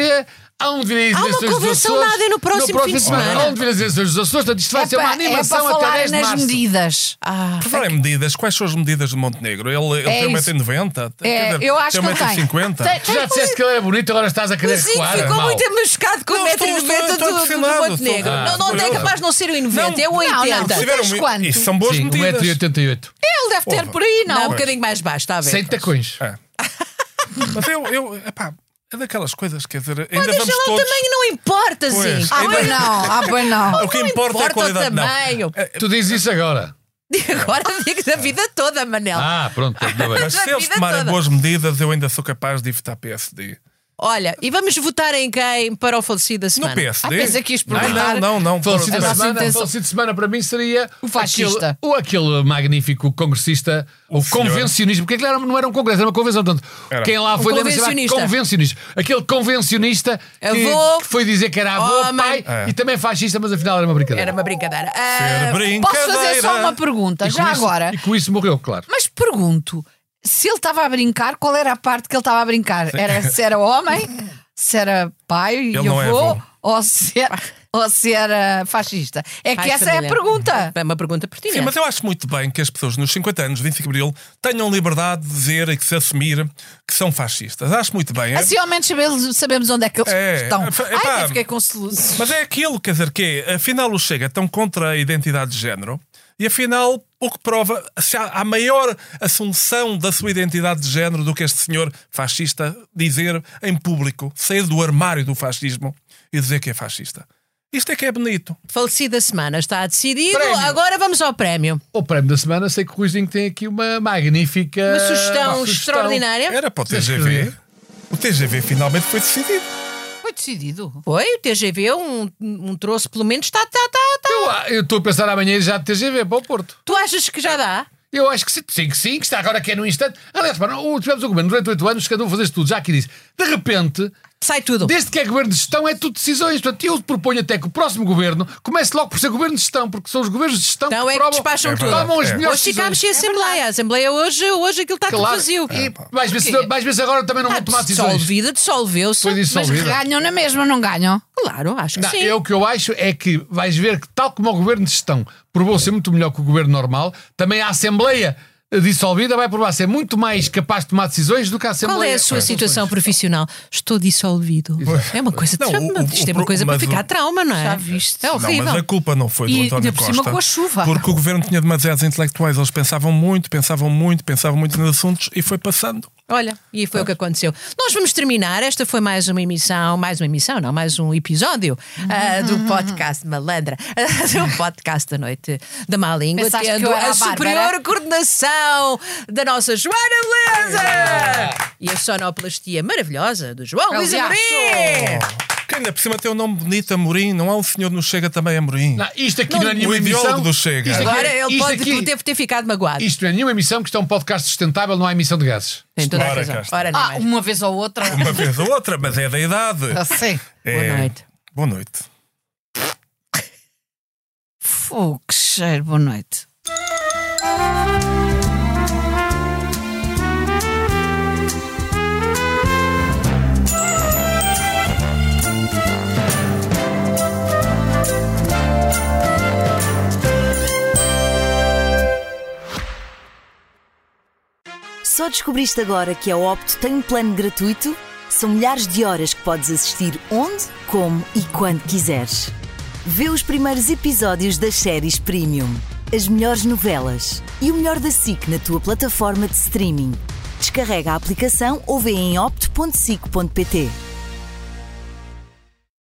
S4: Há um de
S2: Há uma convenção da AD no próximo fim de semana.
S4: Há um de eleições dos Açores. Portanto, isto vai
S1: É
S4: ser uma
S1: para, é para
S4: animação até
S1: falar
S4: 10 de
S1: nas
S4: março.
S1: medidas.
S2: Ah,
S5: Por falar em medidas, quais são as medidas de Montenegro? Ele, ele
S1: É
S5: tem
S1: isso.
S5: 1,90m?
S1: É, eu acho que ele
S5: tem.
S1: tem.
S5: 1,50m?
S1: Tem-
S4: Tu já disseste que ele era bonito, agora estás a querer
S2: Mas sim,
S4: recuar.
S2: ficou
S4: Mal.
S2: muito emboscado com
S5: Não,
S2: o metro
S5: estou-
S2: e
S5: estou-
S2: noventa
S5: estou
S2: do, do, do
S5: impressionado,
S2: Montenegro.
S5: estou-
S2: não, não,
S5: Ah,
S2: é
S5: estou-
S2: capaz de não ser o 90, é o
S1: Não, não,
S2: 80.
S1: não.
S5: Tiveram-
S1: tens quanto?
S5: Isso são boas
S4: Sim,
S5: medidas.
S4: 1,88m.
S1: Ele deve ter
S5: Porra.
S1: por aí,
S2: Não, um
S1: não?
S2: bocadinho mais baixo, está a ver.
S4: Sem tacões.
S5: É. Mas eu, eu epá, é daquelas coisas, quer dizer, ainda
S2: Mas deixa
S5: vamos
S2: lá o
S5: todos.
S2: tamanho, não importa,
S5: Pois.
S2: assim.
S1: Ah, pois não, ah, pois não.
S5: O que importa, é a
S2: importa o
S5: qualidade. não.
S2: tamanho.
S5: É,
S4: Tu dizes isso agora.
S2: Agora digo da vida toda, Manel.
S4: Ah, pronto, está bem.
S5: Mas
S2: a
S5: se eles
S2: vida
S5: tomarem
S2: toda.
S5: boas medidas, eu ainda sou capaz de votar PSD.
S2: Olha, e vamos votar em quem para o falecido da
S5: No
S2: semana?
S5: PSD?
S1: Ah, pensei que ias
S5: não,
S1: perguntar.
S5: não, não, não.
S4: Falecido de
S5: assim,
S1: Mas
S4: semana,
S1: intenção-
S4: falecido de semana para mim seria
S1: O fascista.
S4: Aquele, ou aquele magnífico congressista, o,
S5: senhor.
S4: convencionismo, porque aquilo era- não era um congresso, era uma convenção. Portanto,
S5: Era.
S4: quem lá
S2: Um
S4: foi deve-se chamar
S2: convencionista.
S4: convencionista. Aquele convencionista que,
S2: Avô,
S4: que foi dizer que era avô,
S2: homem.
S4: pai
S5: É.
S4: e também fascista, mas afinal era uma brincadeira.
S2: Era uma brincadeira. Ah,
S5: Era brincadeira.
S1: Posso fazer só uma pergunta,
S4: E com
S1: já
S4: isso-
S1: agora.
S4: E com isso morreu, claro.
S1: Mas pergunto, se ele estava a brincar, qual era a parte que ele estava a brincar? Era se era homem, se era pai e
S5: Ele não é
S1: avô,
S5: avô.
S1: ou se era, ou se era fascista? É que
S2: Ai,
S1: essa é a
S2: família.
S1: pergunta.
S2: É uma pergunta pertinente.
S5: Sim, mas eu acho muito bem que as pessoas nos 50 anos, 25 de Abril, tenham liberdade de dizer e que se assumir que são fascistas. Acho muito bem. é-
S1: Assim ao menos sabemos, sabemos onde é que eles
S5: É,
S1: estão.
S5: é, fa-
S1: Ai,
S5: epá.
S1: até fiquei com soluço.
S5: Mas é aquilo, quer dizer, que é, afinal o Chega tão contra a identidade de género e afinal o que prova se há, há maior assunção da sua identidade de género do que este senhor fascista dizer em público, sair do armário do fascismo e dizer que é fascista. Isto é que é bonito.
S2: Falecida semana está decidido.
S4: Prémio.
S2: Agora vamos ao prémio.
S4: O prémio da semana, sei que o Ruizinho tem aqui uma magnífica.
S2: Uma sugestão, extraordinária.
S5: Era para o
S4: Tens que
S5: TGV.
S4: ver.
S5: O TGV finalmente foi decidido.
S1: Foi decidido.
S2: Foi, o TGV, um, um troço, pelo menos, está, está, está, está.
S4: Eu- Eu estou a pensar amanhã ir já de TGV para o Porto.
S2: Tu achas que já dá?
S4: Eu acho que sim, sim, que sim, que está agora que é no instante. Aliás, para, o, tivemos o governo durante oito anos, cada um fazer tudo, já aqui disse. De repente,
S2: Sai tudo.
S4: desde que é governo de gestão, é tudo decisões. Portanto, eu proponho até que o próximo governo comece logo por ser governo de gestão, porque são os governos de gestão
S2: Então é que
S4: provam-
S2: despacham
S5: É tudo.
S4: Tomam as
S5: verdade, é.
S4: melhores
S2: Hoje ficámos
S4: decisões.
S2: sem Assembleia. A Assembleia hoje, hoje aquilo está tudo
S4: Claro.
S2: vazio. Ah,
S4: E mais vezes, mais vezes agora também não vão tomar decisões.
S2: dissolvida, dissolveu-se.
S4: Foi
S1: Mas
S4: dissolvida.
S1: ganham na mesma, não ganham?
S2: Claro, acho que
S4: Não,
S2: sim.
S4: eu o que eu acho é que vais ver que, tal como o governo de gestão provou ser muito melhor que o governo normal, também a Assembleia dissolvida vai provar ser muito mais capaz de tomar decisões do que a Assembleia.
S2: Qual é a sua situação profissional? Estou dissolvido. É uma coisa
S5: Não,
S2: de trauma.
S5: o- o-
S2: Isto é
S5: o-
S2: uma coisa para
S5: mas o-
S2: ficar trauma, não é?
S1: Já viste.
S2: É
S1: Não,
S5: Não,
S2: horrível.
S5: mas a culpa não foi do
S1: E ainda
S5: António
S1: por
S5: Costa.
S1: cima com a chuva.
S5: Porque o governo tinha demasiados intelectuais. Eles pensavam muito, pensavam muito, pensavam muito nos assuntos e foi passando.
S2: Olha, e foi o que aconteceu. Nós vamos terminar. Esta foi mais uma emissão, mais uma emissão, não, mais um episódio ah, do podcast Malandra, do podcast da Noite da Má Língua,
S1: Pensaste que
S2: tendo
S1: eu era
S2: a,
S1: a Bárbara?
S2: superior coordenação da nossa Joana Beleza e a sonoplastia maravilhosa do João Luís
S1: É. Aliás,
S2: Amorim.
S5: Que ainda por cima tem um nome bonito, Amorim. Não há um senhor no Chega também, Amorim.
S4: Não, isto aqui não, é nenhuma
S5: o ideólogo
S4: emissão.
S5: do Chega.
S4: Isto aqui- é-
S2: Agora ele
S4: isto
S2: pode
S4: aqui-
S2: deve ter ficado magoado.
S4: Isto não é nenhuma emissão que isto é um podcast sustentável, não há emissão de gases.
S2: Tem toda a
S5: Ora,
S2: razão.
S5: cá está.
S2: Ora, não
S1: Ah,
S2: mais.
S1: uma vez ou outra.
S5: Uma vez ou outra, mas é da idade.
S1: Eu sei.
S5: É.
S2: Boa noite.
S5: Boa noite.
S1: Fogo, que cheiro, boa noite.
S3: Só descobriste agora que a Opto tem um plano gratuito? São milhares de horas que podes assistir onde, como e quando quiseres. Vê os primeiros episódios das séries Premium, as melhores novelas e o melhor da SIC na tua plataforma de streaming. Descarrega a aplicação ou vê em opto.sic.pt.